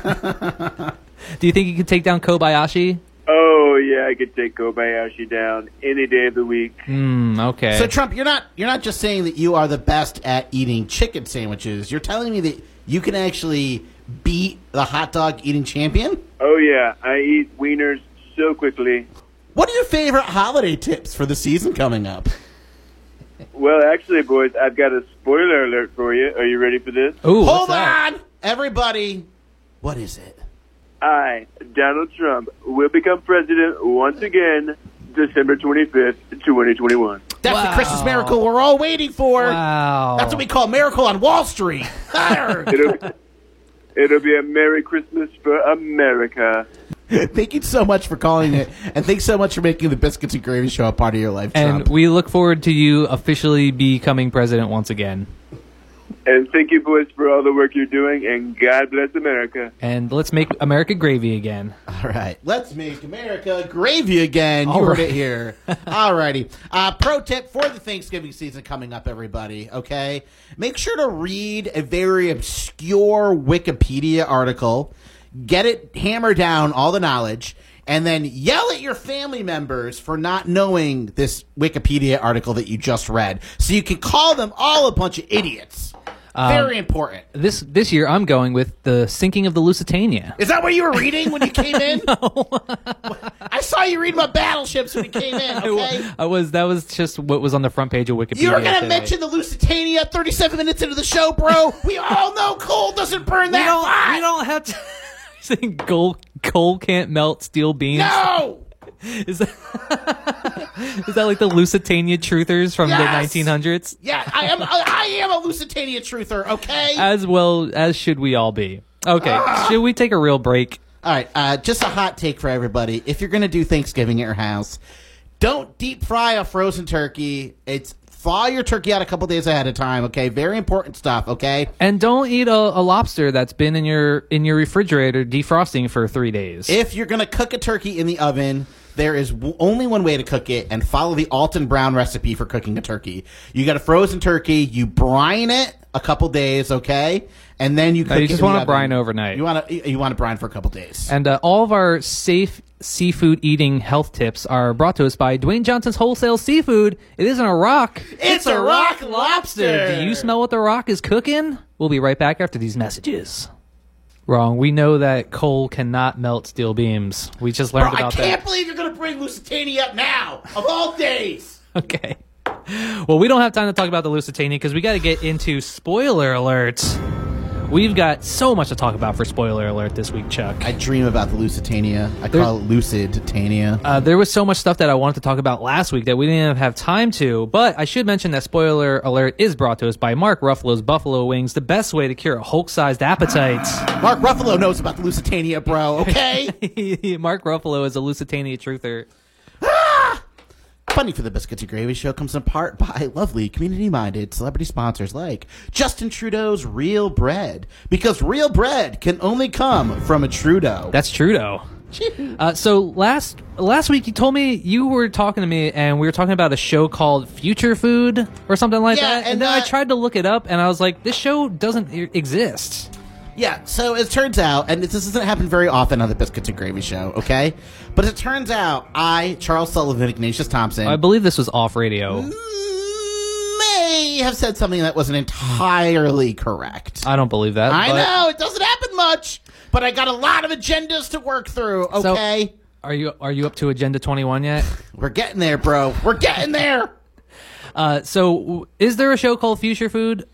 C: Do you think you could take down Kobayashi?
G: Oh yeah, I could take Kobayashi down any day of the week.
C: Hmm, okay.
D: So Trump, you're not you're not just saying that you are the best at eating chicken sandwiches. You're telling me that you can actually beat the hot dog eating champion?
G: Oh yeah, I eat wieners so quickly.
D: What are your favorite holiday tips for the season coming up?
G: Well, actually, boys, I've got a spoiler alert for you. Are you ready for this?
C: Ooh, what's
D: Hold
C: that?
D: on, everybody. What is it?
G: I, Donald Trump, will become president once again, December twenty fifth, twenty twenty one.
D: That's the
C: Wow.
D: Christmas miracle we're all waiting for.
C: Wow.
D: That's what we call miracle on Wall Street. Arr!
G: It'll it'll be a Merry Christmas for America.
D: Thank you so much for calling it, and thanks so much for making the biscuits and gravy show a part of your life,
C: and
D: Trump.
C: we look forward to you officially becoming president once again.
G: And thank you, boys, for all the work you're doing, and God bless America.
C: And let's make America gravy again.
D: All right. Let's make America gravy again. You
C: All
D: heard
C: right.
D: it here. All righty. Uh, pro tip for the Thanksgiving season coming up, everybody, okay? Make sure to read a very obscure Wikipedia article, get it hammer down all the knowledge, and then yell at your family members for not knowing this Wikipedia article that you just read. So you can call them all a bunch of idiots. very important.
C: This this year, I'm going with the sinking of the Lusitania.
D: Is that what you were reading when you came in? I saw you reading about battleships when you came in, okay?
C: I was that was just what was on the front page of Wikipedia.
D: You were going to
C: today.
D: mention the Lusitania 37 minutes into the show, bro. We all know coal doesn't burn
C: We don't.
D: that
C: We don't have to. Saying gold, coal can't melt steel beams.
D: hot. No!
C: Is that is that like the Lusitania truthers from
D: Yes!
C: the 1900s?
D: Yeah, I am I am a Lusitania truther, okay?
C: As well as should we all be. Okay,
D: Ah!
C: should we take a real break?
D: All right, uh, just a hot take for everybody. If you're going to do Thanksgiving at your house, don't deep fry a frozen turkey. It's thaw your turkey out a couple days ahead of time, okay? Very important stuff, okay?
C: And don't eat a, a lobster that's been in your in your refrigerator defrosting for three days.
D: If you're going to cook a turkey in the oven, there is w- only one way to cook it and follow the Alton Brown recipe for cooking a turkey. You got a frozen turkey, you brine it a couple days, okay? And then you cook
C: you
D: it
C: just
D: in the
C: wanna
D: oven.
C: brine overnight.
D: You want to you want to brine for a couple days.
C: And uh, all of our safe seafood eating health tips are brought to us by Dwayne Johnson's Wholesale Seafood. It isn't a rock.
D: It's a rock lobster.
C: Do you smell what the rock is cooking? We'll be right back after these messages. Wrong. We know that coal cannot melt steel beams. We just learned
D: Bro, I
C: about
D: can't
C: that.
D: believe you're going to bring Lusitania up now of all days.
C: Okay. Well, we don't have time to talk about the Lusitania because we got to get into spoiler alerts. We've got so much to talk about for spoiler alert this week, Chuck.
D: I dream about the Lusitania. I call it Luciditania.
C: Uh, there was so much stuff that I wanted to talk about last week that we didn't have time to, but I should mention that spoiler alert is brought to us by Mark Ruffalo's Buffalo Wings, the best way to cure a Hulk-sized appetite.
D: Mark Ruffalo knows about the Lusitania, bro, okay?
C: Mark Ruffalo is a Lusitania truther.
D: Funding for the Biscuits and Gravy Show comes in part by lovely, community minded celebrity sponsors like Justin Trudeau's Real Bread. Because real bread can only come from a Trudeau.
C: That's Trudeau. Uh, so last last week you told me you were talking to me and we were talking about a show called Future Food or something like
D: Yeah,
C: that.
D: and uh,
C: then I
D: that-
C: tried to look it up and I was like, this show doesn't e- exist.
D: Yeah, so it turns out, and this doesn't happen very often on the Biscuits and Gravy Show, okay? But it turns out I, Charles Sullivan, Ignatius Thompson,
C: I believe this was off radio.
D: may have said something that wasn't entirely correct.
C: I don't believe that. Uh,
D: I
C: but-
D: know, it doesn't happen much, but I got a lot of agendas to work through,
C: So,
D: okay?
C: are you are you up to Agenda Twenty One yet?
D: We're getting there, bro. We're getting there.
C: Uh, so w- is there a show called Future Food?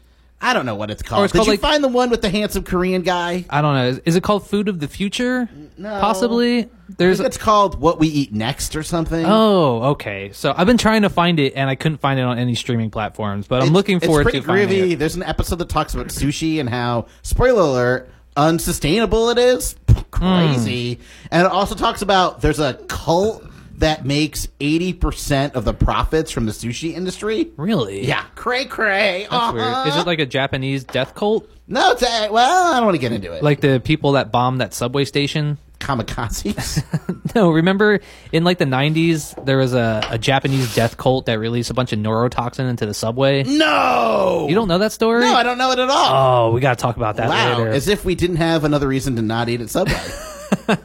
D: I don't know what it's called.
C: it's
D: Did
C: called,
D: you
C: like-
D: find the one with the handsome Korean guy?
C: I don't know. Is, is it called Food of the Future? No. Possibly. There's.
D: It's called What We Eat Next or something.
C: Oh, okay. So I've been trying to find it and I couldn't find it on any streaming platforms, but I'm
D: It's-
C: looking forward
D: it's pretty
C: to finding
D: groovy.
C: it.
D: There's an episode that talks about sushi and how spoiler alert unsustainable it is.
C: Hmm.
D: Crazy. And it also talks about there's a cult that makes 80% of the profits from the sushi industry.
C: Really?
D: Yeah, cray cray.
C: That's
D: Uh-huh.
C: weird. Is it like a Japanese death cult?
D: No, it's a, well, I don't want to get into it.
C: Like the people that bombed that subway station?
D: kamikazes.
C: No, remember in like the 90s, there was a, a Japanese death cult that released a bunch of neurotoxin into the subway?
D: no.
C: You don't know that story?
D: Mm. No, I don't know it at all.
C: Oh, we got to talk about that
D: wow,
C: later.
D: as if we didn't have another reason to not eat at Subway. I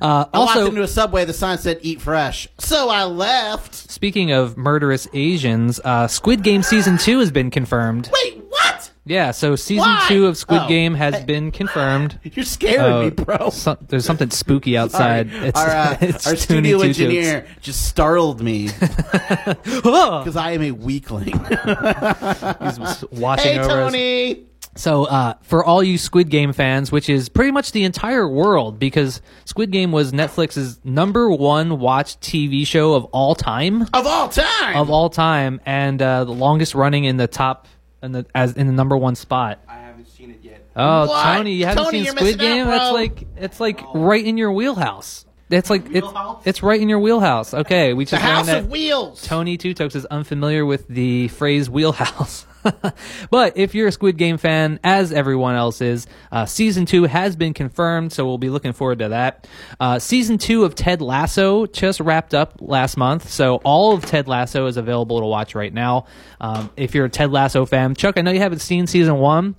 C: Uh, also-
D: walked into a Subway. The sign said "Eat Fresh," so I left.
C: Speaking of murderous Asians, uh, Squid Game Season 2 has been confirmed.
D: Wait, what?
C: Yeah, so Season
D: Why?
C: 2 of Squid
D: Oh.
C: Game has been confirmed. Uh,
D: You're scaring me, bro.
C: Oh, so- there's something spooky outside. It's,
D: our uh,
C: it's
D: our
C: Toonie
D: studio
C: Tootoos.
D: engineer just startled me because I am a weakling.
C: He's watching
D: hey,
C: over us.
D: Tony.
C: So, uh, for all you Squid Game fans, which is pretty much the entire world, because Squid Game was Netflix's number one watched TV show of all time,
D: Of all time.
C: of all time, and uh, the longest running in the top, in the, as in the number one spot.
F: I haven't seen it yet.
C: Oh,
D: What?
C: Tony, you haven't
D: Tony,
C: seen
D: you're
C: Squid
D: missing out,
C: Game?
D: bro.
C: That's like it's like
F: Oh.
C: right in your wheelhouse. It's like it's it's right in your wheelhouse. Okay, we
D: the
C: just learned
D: House
C: that
D: of Wheels.
C: Tony Two Tokes is unfamiliar with the phrase wheelhouse. but if you're a Squid Game fan, as everyone else is, uh, season two has been confirmed, so we'll be looking forward to that. Uh, season two of Ted Lasso just wrapped up last month, so all of Ted Lasso is available to watch right now. Um, if you're a Ted Lasso fan, Chuck, I know you haven't seen season one,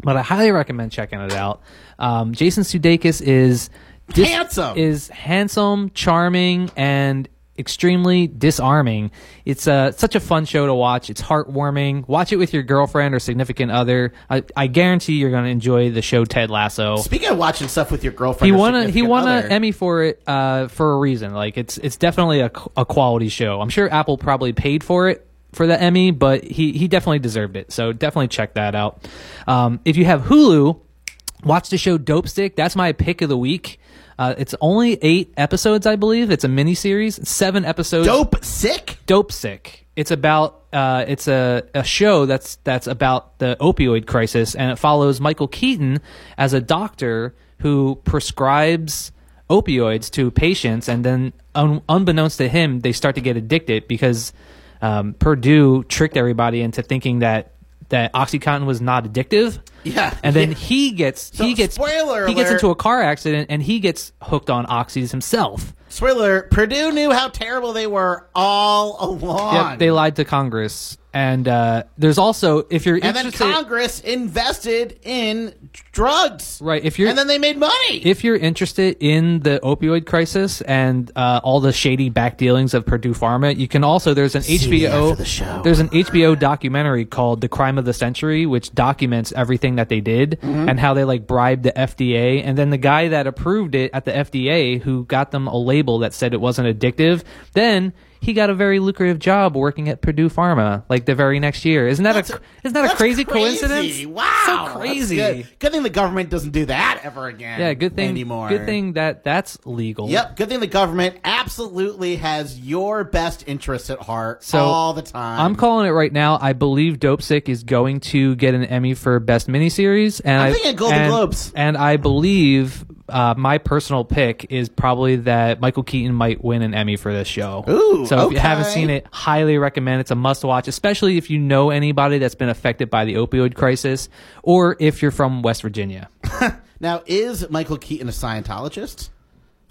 C: but I highly recommend checking it out. Um, Jason Sudeikis is dis-
D: Handsome.
C: is handsome, charming, and extremely disarming. It's uh, such a fun show to watch. It's heartwarming. Watch it with your girlfriend or significant other. I, I guarantee you're going to enjoy the show Ted Lasso.
D: Speaking of watching stuff with your girlfriend,
C: He
D: or
C: won a he
D: significant
C: won an
D: other,
C: Emmy for it uh, for a reason. Like it's it's definitely a, qu- a quality show. I'm sure Apple probably paid for it for the Emmy, but he he definitely deserved it. So definitely check that out. Um, if you have Hulu, watch the show Dope Stick. That's my pick of the week. Uh, it's only eight episodes, I believe. It's a mini series, seven episodes.
D: Dope sick.
C: Dope Sick. It's about uh, it's a, a show that's that's about the opioid crisis, and it follows Michael Keaton as a doctor who prescribes opioids to patients, and then un- unbeknownst to him, they start to get addicted because um, Purdue tricked everybody into thinking that that OxyContin was not addictive.
D: Yeah.
C: and then he gets
D: So,
C: he gets
D: spoiler
C: he gets
D: alert.
C: into a car accident, and he gets hooked on oxys himself.
D: Swiller. Purdue knew how terrible they were all along.
C: Yep, they lied to Congress. And uh, there's also if you're
D: and then
C: interested,
D: Congress invested in drugs.
C: Right, if you're-
D: and then they made money.
C: if you're interested in the opioid crisis and uh, all the shady back dealings of Purdue Pharma, you can also there's an
D: me
C: HBO
D: after the show.
C: there's an HBO documentary called "The Crime of the Century," which documents everything that they did
D: Mm-hmm.
C: and how they like bribed the FDA, and then the guy that approved it at the FDA, who got them a label that said it wasn't addictive, then. He got a very lucrative job working at Purdue Pharma, like the very next year. Isn't that a isn't that a
D: That's
C: crazy, coincidence?
D: Wow,
C: so
D: that's
C: crazy.
D: Good. Good thing the government doesn't do that ever again.
C: Yeah, good thing.
D: anymore.
C: Good thing that that's legal.
D: Yep, good thing the government absolutely has your best interests at heart
C: So,
D: all the time.
C: I'm calling it right now. I believe Dope Sick is going to get an Emmy for Best Miniseries, and
D: I'm
C: I-
D: thinking Golden
C: and-
D: Globes.
C: And I believe uh, my personal pick is probably that Michael Keaton might win an Emmy for this show.
D: Ooh,
C: so if you haven't
D: okay.
C: seen it, highly recommend. It's a must-watch, especially if you know anybody that's been affected by the opioid crisis, or if you're from West Virginia.
D: now, is Michael Keaton a Scientologist?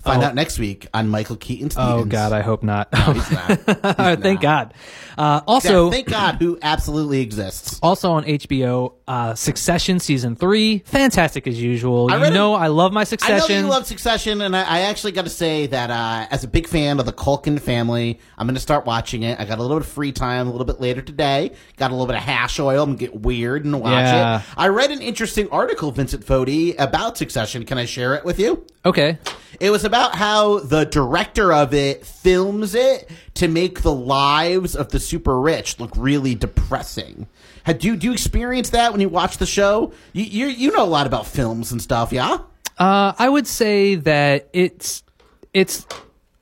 D: Find out next week on Michael Keaton's
C: Oh
D: Thetans.
C: God, I hope not. Thank
D: not.
C: God. Uh,
D: Yeah,
C: also,
D: thank God who absolutely exists.
C: also on HBO, uh, Succession season three, fantastic as usual.
D: I
C: you
D: read it-
C: know, I love my
D: I know that
C: Succession.
D: you love Succession, and I, I actually got to say that uh, as a big fan of the Culkin family, I'm going to start watching it. I got a little bit of free time a little bit later today. Got a little bit of hash oil. I'm going to get weird and watch
C: Yeah.
D: it. I read an interesting article, Vincent Fodi, about Succession. Can I share it with you?
C: okay,
D: It was about how the director of it films it to make the lives of the super rich look really depressing. Had do, you- do you experience that when you watch the show? You, you you know a lot about films and stuff, yeah?
C: uh, I would say that it's it's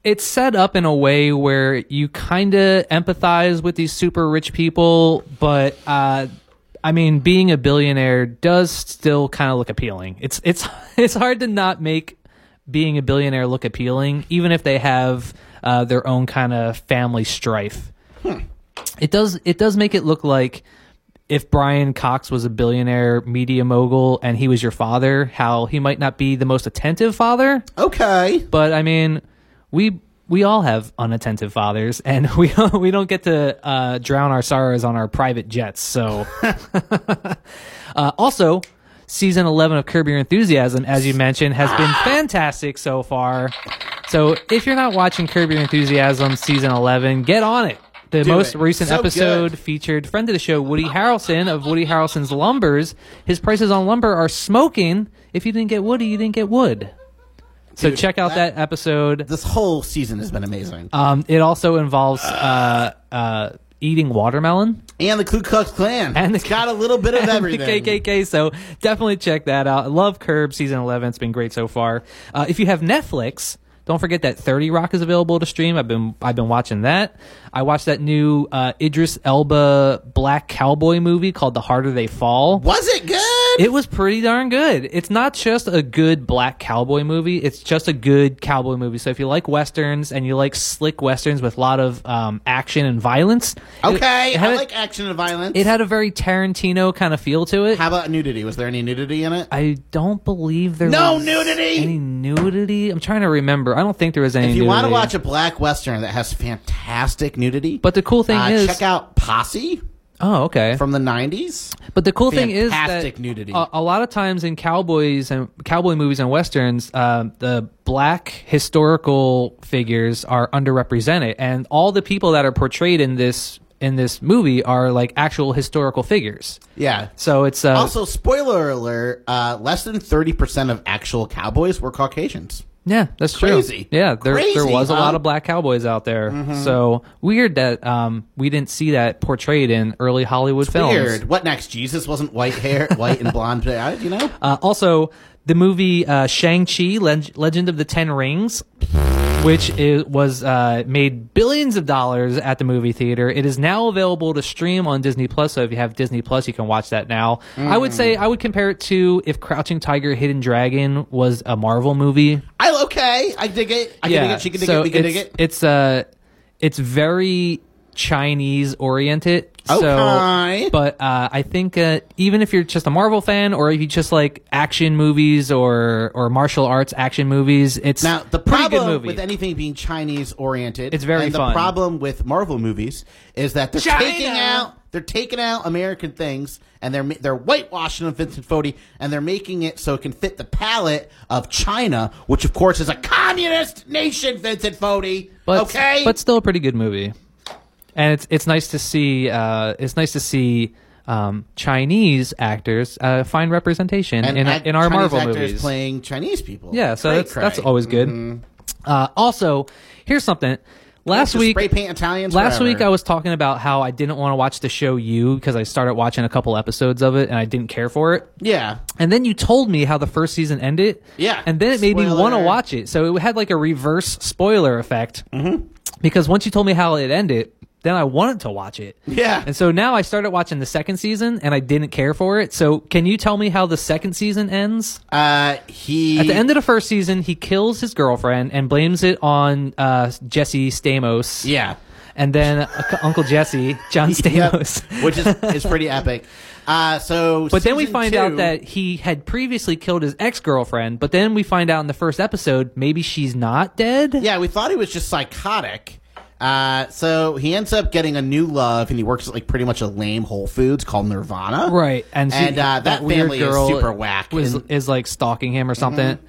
C: it's set up in a way where you kind of empathize with these super rich people, but uh, I mean, being a billionaire does still kind of look appealing. It's it's it's hard to not make being a billionaire look appealing, even if they have uh, their own kind of family strife. It does it does make it look like if Brian Cox was a billionaire media mogul and he was your father, how he might not be the most attentive father.
D: Okay.
C: But I mean, we we all have unattentive fathers, and we we don't get to uh, drown our sorrows on our private jets. So, uh, also, season eleven of Curb Your Enthusiasm, as you mentioned, has been
D: Ah!
C: fantastic so far. So, if you're not watching Curb Your Enthusiasm season eleven, get on it. The most
D: it.
C: recent
D: So
C: episode
D: good.
C: featured friend of the show Woody Harrelson of Woody Harrelson's Lumbers. His prices on lumber are smoking. If you didn't get Woody, you didn't get wood. So
D: Dude,
C: check out that,
D: that-
C: episode.
D: This whole season has been amazing.
C: Um, it also involves uh, uh, eating watermelon
D: and the Ku Klux Klan.
C: and
D: And
C: the-
D: it's got a little bit of
C: and the
D: everything.
C: KKK. So definitely check that out. I love Curb season eleven. It's been great so far. Uh, if you have Netflix, don't forget that Thirty Rock is available to stream. I've been I've been watching that. I watched that new uh, Idris Elba Black Cowboy movie called The Harder They Fall.
D: Was it good?
C: It was pretty darn good. It's not just a good black cowboy movie. It's just a good cowboy movie. So if you like westerns and you like slick westerns with a lot of um, action and violence, it-
D: okay.
C: it, had
D: I
C: a-
D: like action and violence.
C: it had a very Tarantino kind of feel to it.
D: How about nudity? Was there any nudity in it?
C: I don't believe there
D: No
C: was
D: nudity!
C: Any nudity? I'm trying to remember. I don't think there was any.
D: if you
C: nudity.
D: want to watch a black western that has fantastic nudity,
C: but the cool thing
D: uh,
C: is,
D: check out Posse
C: oh okay,
D: from the '90s.
C: But the cool thing is that
D: Fantastic nudity.
C: A, a lot of times in cowboys and cowboy movies and westerns, um, the black historical figures are underrepresented, and all the people that are portrayed in this in this movie are like actual historical figures.
D: Yeah.
C: So it's uh,
D: Also, spoiler alert: uh, less than thirty percent of actual cowboys were Caucasians.
C: yeah, that's
D: crazy.
C: true. Yeah, there there
D: Crazy,
C: was a
D: huh? Mm-hmm.
C: lot of black cowboys out there. So weird that um, we didn't see that portrayed in early Hollywood films.
D: Weird. What next? Jesus wasn't white hair, white and blonde. uh, You know.
C: Uh, also, the movie uh, Shang Chi: Leg- Legend of the Ten Rings, which is, was uh, made billions of dollars at the movie theater. It is now available to stream on Disney Plus. So if you have Disney Plus, you can watch that now. I would say I would compare it to if Crouching Tiger, Hidden Dragon was a Marvel movie.
D: I okay. I dig it. I can dig it. She can dig
C: so
D: it. We can
C: it's,
D: dig it.
C: It's uh, it's very Chinese oriented.
D: Okay.
C: So, but uh, I think uh, even if you're just a Marvel fan, or if you just like action movies or or martial arts action movies, it's
D: Now the
C: pretty good
D: problem
C: movie.
D: with anything being Chinese oriented,
C: It's very
D: and
C: fun.
D: The problem with Marvel movies is that they're taking out they're taking out American things and they're ma- they're whitewashing them, Vincent Fodi, and they're making it so it can fit the palette of China, which of course is a communist nation, Vincent Fodi.
C: but
D: okay,
C: but still a pretty good movie. And it's it's nice to see uh, it's nice to see um, Chinese actors uh, find representation in,
D: act-
C: in our
D: Chinese
C: Marvel
D: actors
C: movies.
D: playing Chinese people.
C: Yeah, so
D: Cray
C: that's that's
D: cray.
C: always good. Uh, also, here's something. Last
D: Just
C: week,
D: Mm-hmm. spray paint Italians.
C: last
D: forever.
C: week I was talking about how I didn't want to watch the show You because I started watching a couple episodes of it and I didn't care for it.
D: yeah.
C: And then you told me how the first season ended.
D: Yeah.
C: And then it made me
D: Spoiler.
C: want to watch it. So it had like a reverse spoiler effect. Mm-hmm. Because once you told me how it ended, then I wanted to watch it.
D: Yeah.
C: And so now I started watching the second season and I didn't care for it. So can you tell me how the second season ends?
D: Uh, he
C: At the end of the first season, he kills his girlfriend and blames it on uh, Jesse Stamos.
D: yeah.
C: And then uh, Uncle Jesse, John
D: Yep.
C: Stamos.
D: which is, is pretty epic. Uh, Uh, so,
C: But then we
D: season
C: find
D: two-
C: out that he had previously killed his ex girlfriend, but then we find out in the first episode maybe she's not dead.
D: yeah, we thought he was just psychotic. Uh, so he ends up getting a new love, and he works at like pretty much a lame Whole Foods called Nirvana.
C: Right. And, she-
D: and uh, that,
C: weird
D: family
C: girl
D: is super whack.
C: Was,
D: and- Mm-hmm.
C: is like stalking him or something.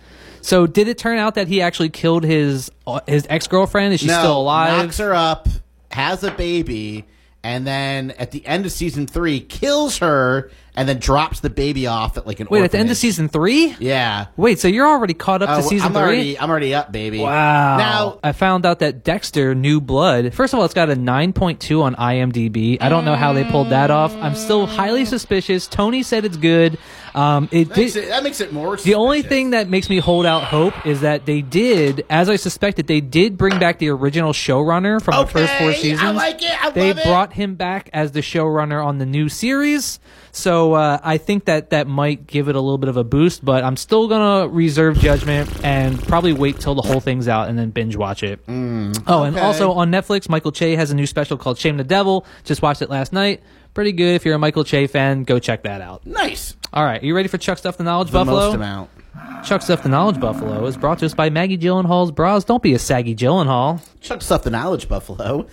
C: So did it turn out that he actually killed his uh, his ex girlfriend? Is she
D: no,
C: still alive?
D: Knocks her up, has a baby, and then at the end of season three, kills her, and then drops the baby off at like an.
C: Wait, at the end of
D: orphanage.
C: season three?
D: Yeah.
C: Wait, so you're already caught up
D: Oh,
C: to season
D: I'm
C: three?
D: already, I'm already up, baby.
C: Wow.
D: Now,
C: I found out that Dexter New Blood, first of all, it's got a 9.2 on IMDb. I don't know how they pulled that off. I'm still highly suspicious. Tony said it's good. Um, it
D: that makes it,
C: did.
D: that makes it more.
C: The only thing that makes me hold out hope is that they did, as I suspected, they did bring back the original showrunner from the first four
D: Okay, I
C: seasons.
D: like it. I
C: they
D: love it.
C: brought him back as the showrunner on the new series, so uh, I think that that might give it a little bit of a boost. But I'm still gonna reserve judgment and probably wait till the whole thing's out and then binge watch it.
D: Mm,
C: oh, and also on Netflix, Michael Che has a new special called "Shame the Devil." Just watched it last night. Pretty good. If you're a Michael Che fan, go check that out.
D: nice.
C: All right, you ready for Chuck Stuff the Knowledge
D: The
C: Buffalo?
D: most amount.
C: Chuck Stuff the Knowledge Buffalo is brought to us by Maggie Gyllenhaal's Bras. Don't be a saggy Gyllenhaal.
D: Chuck Stuff the Knowledge Buffalo.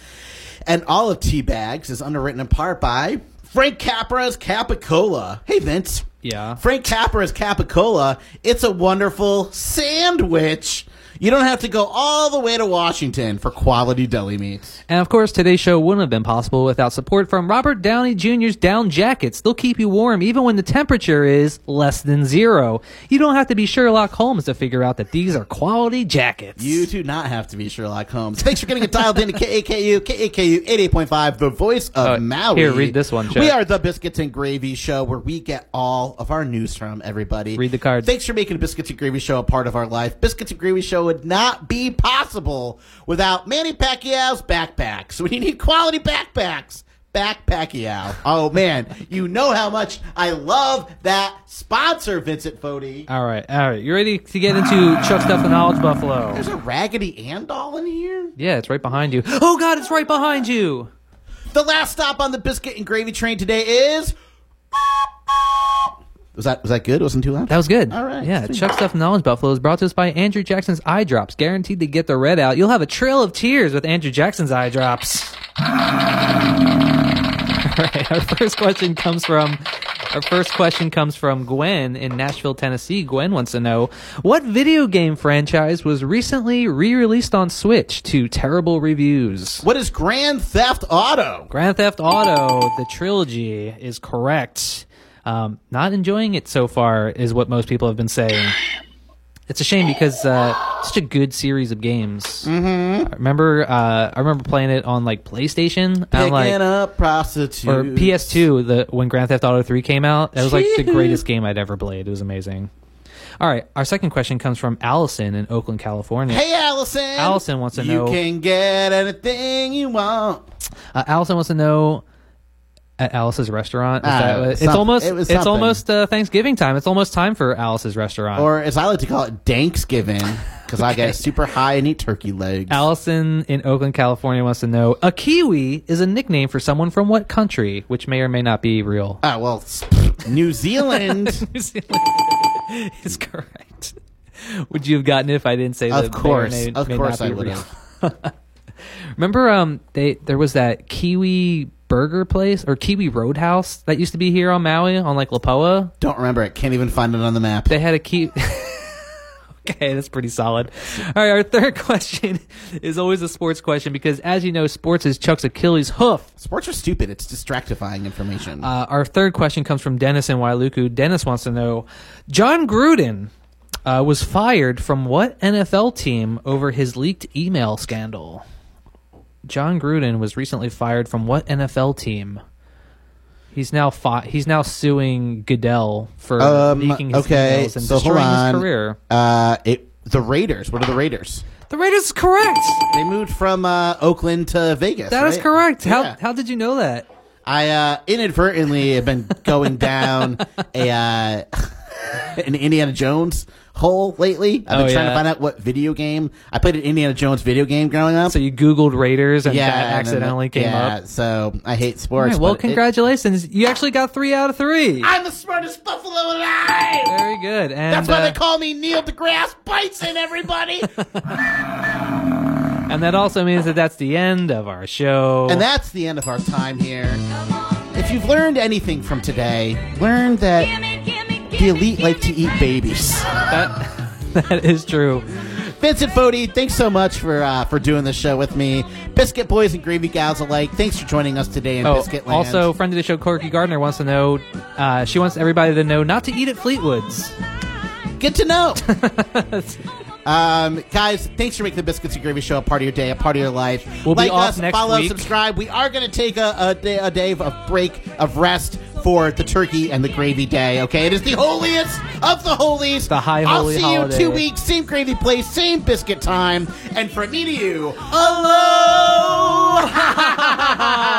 D: And all of Tea Bags is underwritten in part by Frank Capra's Capicola. Hey, Vince.
C: Yeah.
D: Frank Capra's Capicola. It's a wonderful sandwich. You don't have to go all the way to Washington for quality deli meats.
C: And of course, today's show wouldn't have been possible without support from Robert Downey Jr.'s down jackets. They'll keep you warm even when the temperature is less than zero. You don't have to be Sherlock Holmes to figure out that these are quality jackets.
D: You do not have to be Sherlock Holmes. Thanks for getting it dialed into KAKU, KAKU 88.5, the voice of
C: Oh,
D: Maui.
C: here, read this one, Chuck.
D: We are the Biscuits and Gravy Show where we get all of our news from everybody.
C: Read the card.
D: Thanks for making the Biscuits and Gravy Show a part of our life. Biscuits and Gravy Show would not be possible without Manny Pacquiao's backpacks. So we need quality backpacks. Back Pacquiao. Oh man, you know how much I love that sponsor, Vincent Fodi.
C: All right, all right. You ready to get into Chuck Stuff the Knowledge Buffalo?
D: There's a Raggedy Ann doll in here.
C: Yeah, it's right behind you. Oh, God, it's right behind you.
D: The last stop on the biscuit and gravy train today is. Was that was that good? Wasn't too loud.
C: That was good.
D: All right,
C: Yeah,
D: sweet.
C: Chuck Stuff Knowledge Buffalo is brought to us by Andrew Jackson's Eye Drops. Guaranteed to get the red out. You'll have a trail of tears with Andrew Jackson's Eye Drops. All right, our first question comes from our first question comes from Gwen in Nashville, Tennessee. Gwen wants to know what video game franchise was recently re-released on Switch to terrible reviews.
D: What is Grand Theft Auto?
C: Grand Theft Auto, the trilogy, is correct. Um, not enjoying it so far is what most people have been saying. It's a shame because uh, such a good series of games. Mm-hmm. I remember, uh, I remember playing it on like PlayStation.
D: Picking
C: and, like,
D: up prostitutes.
C: or PS2, the when Grand Theft Auto 3 came out, that was like the
D: Jeez.
C: greatest game I'd ever played. It was amazing. All right, our second question comes from Allison in Oakland, California.
D: Hey, Allison.
C: Allison wants to know-
D: You can get anything you want.
C: Uh, Allison wants to know at Alice's restaurant. Is
D: Ah,
C: that what- it's
D: something-
C: almost
D: it was
C: it's
D: something.
C: almost uh, Thanksgiving time. It's almost time for Alice's restaurant.
D: Or as I like to call it, Danksgiving, because I get super high and eat turkey legs.
C: Allison in Oakland, California wants to know a kiwi is a nickname for someone from what country, which may or may not be real.
D: Ah, well, New Zealand.
C: New Zealand is correct. Would you have gotten it if I didn't say that?
D: of course,
C: may or may-
D: of
C: may
D: course,
C: not
D: I
C: be
D: would
C: real?
D: have.
C: Remember, um, they there was that kiwi burger place or kiwi roadhouse that used to be here on Maui on like Lapoa.
D: Don't remember it. Can't even find it on the map.
C: They had a key. okay, that's pretty solid. All right, our third question is always a sports question because, as you know, sports is Chuck's Achilles hoof.
D: Sports are stupid. It's distractifying information.
C: Uh, our third question comes from Dennis in Wailuku. Dennis wants to know John Gruden uh, was fired from what NFL team over his leaked email scandal? John Gruden was recently fired from what NFL team? He's now fought, he's now suing Goodell for
D: Um,
C: leaking his
D: okay,
C: emails and
D: so hold
C: destroying his
D: on.
C: career.
D: Uh, it the Raiders. What are the Raiders?
C: The Raiders is correct.
D: They moved from uh, Oakland to Vegas.
C: That is
D: right?
C: correct. How
D: Yeah.
C: how did you know that?
D: I uh, inadvertently have been going down a uh, an Indiana Jones hole lately. I've been
C: Oh,
D: trying to
C: yeah.
D: find out what video game. I played an Indiana Jones video game growing up.
C: So you Googled Raiders and
D: yeah,
C: that
D: and then-
C: accidentally came
D: yeah,
C: up.
D: So I hate
C: All
D: sports.
C: right, well,
D: but it-
C: congratulations. you actually got three out of three.
D: I'm the smartest buffalo alive.
C: Very good. And,
D: That's why
C: uh,
D: they call me Neil deGrasse Bison. Everybody.
C: uh, and that also means that that's the end of our show.
D: And that's the end of our time here. If you've learned anything from today, learn that the elite like to eat babies.
C: That- that is true.
D: Vincent Fodi, thanks so much for uh, for doing this show with me. Biscuit boys and gravy gals alike, thanks for joining us today in
C: Oh,
D: Biscuit Land.
C: also, friend of the show, Corky Gardner, wants to know. Uh, she wants everybody to know not to eat at Fleetwood's.
D: good to know. Um, guys, thanks for making the Biscuits and Gravy Show a part of your day, a part of your life.
C: We'll be
D: like
C: off
D: us,
C: next
D: follow,
C: week.
D: subscribe. We are going to take a, a, day, a day of break, of rest for the turkey and the gravy day, okay? It is the holiest of the holies.
C: The high
D: I'll
C: holy
D: see
C: holiday.
D: you in two weeks, same gravy place, same biscuit time. And from me to you, aloha!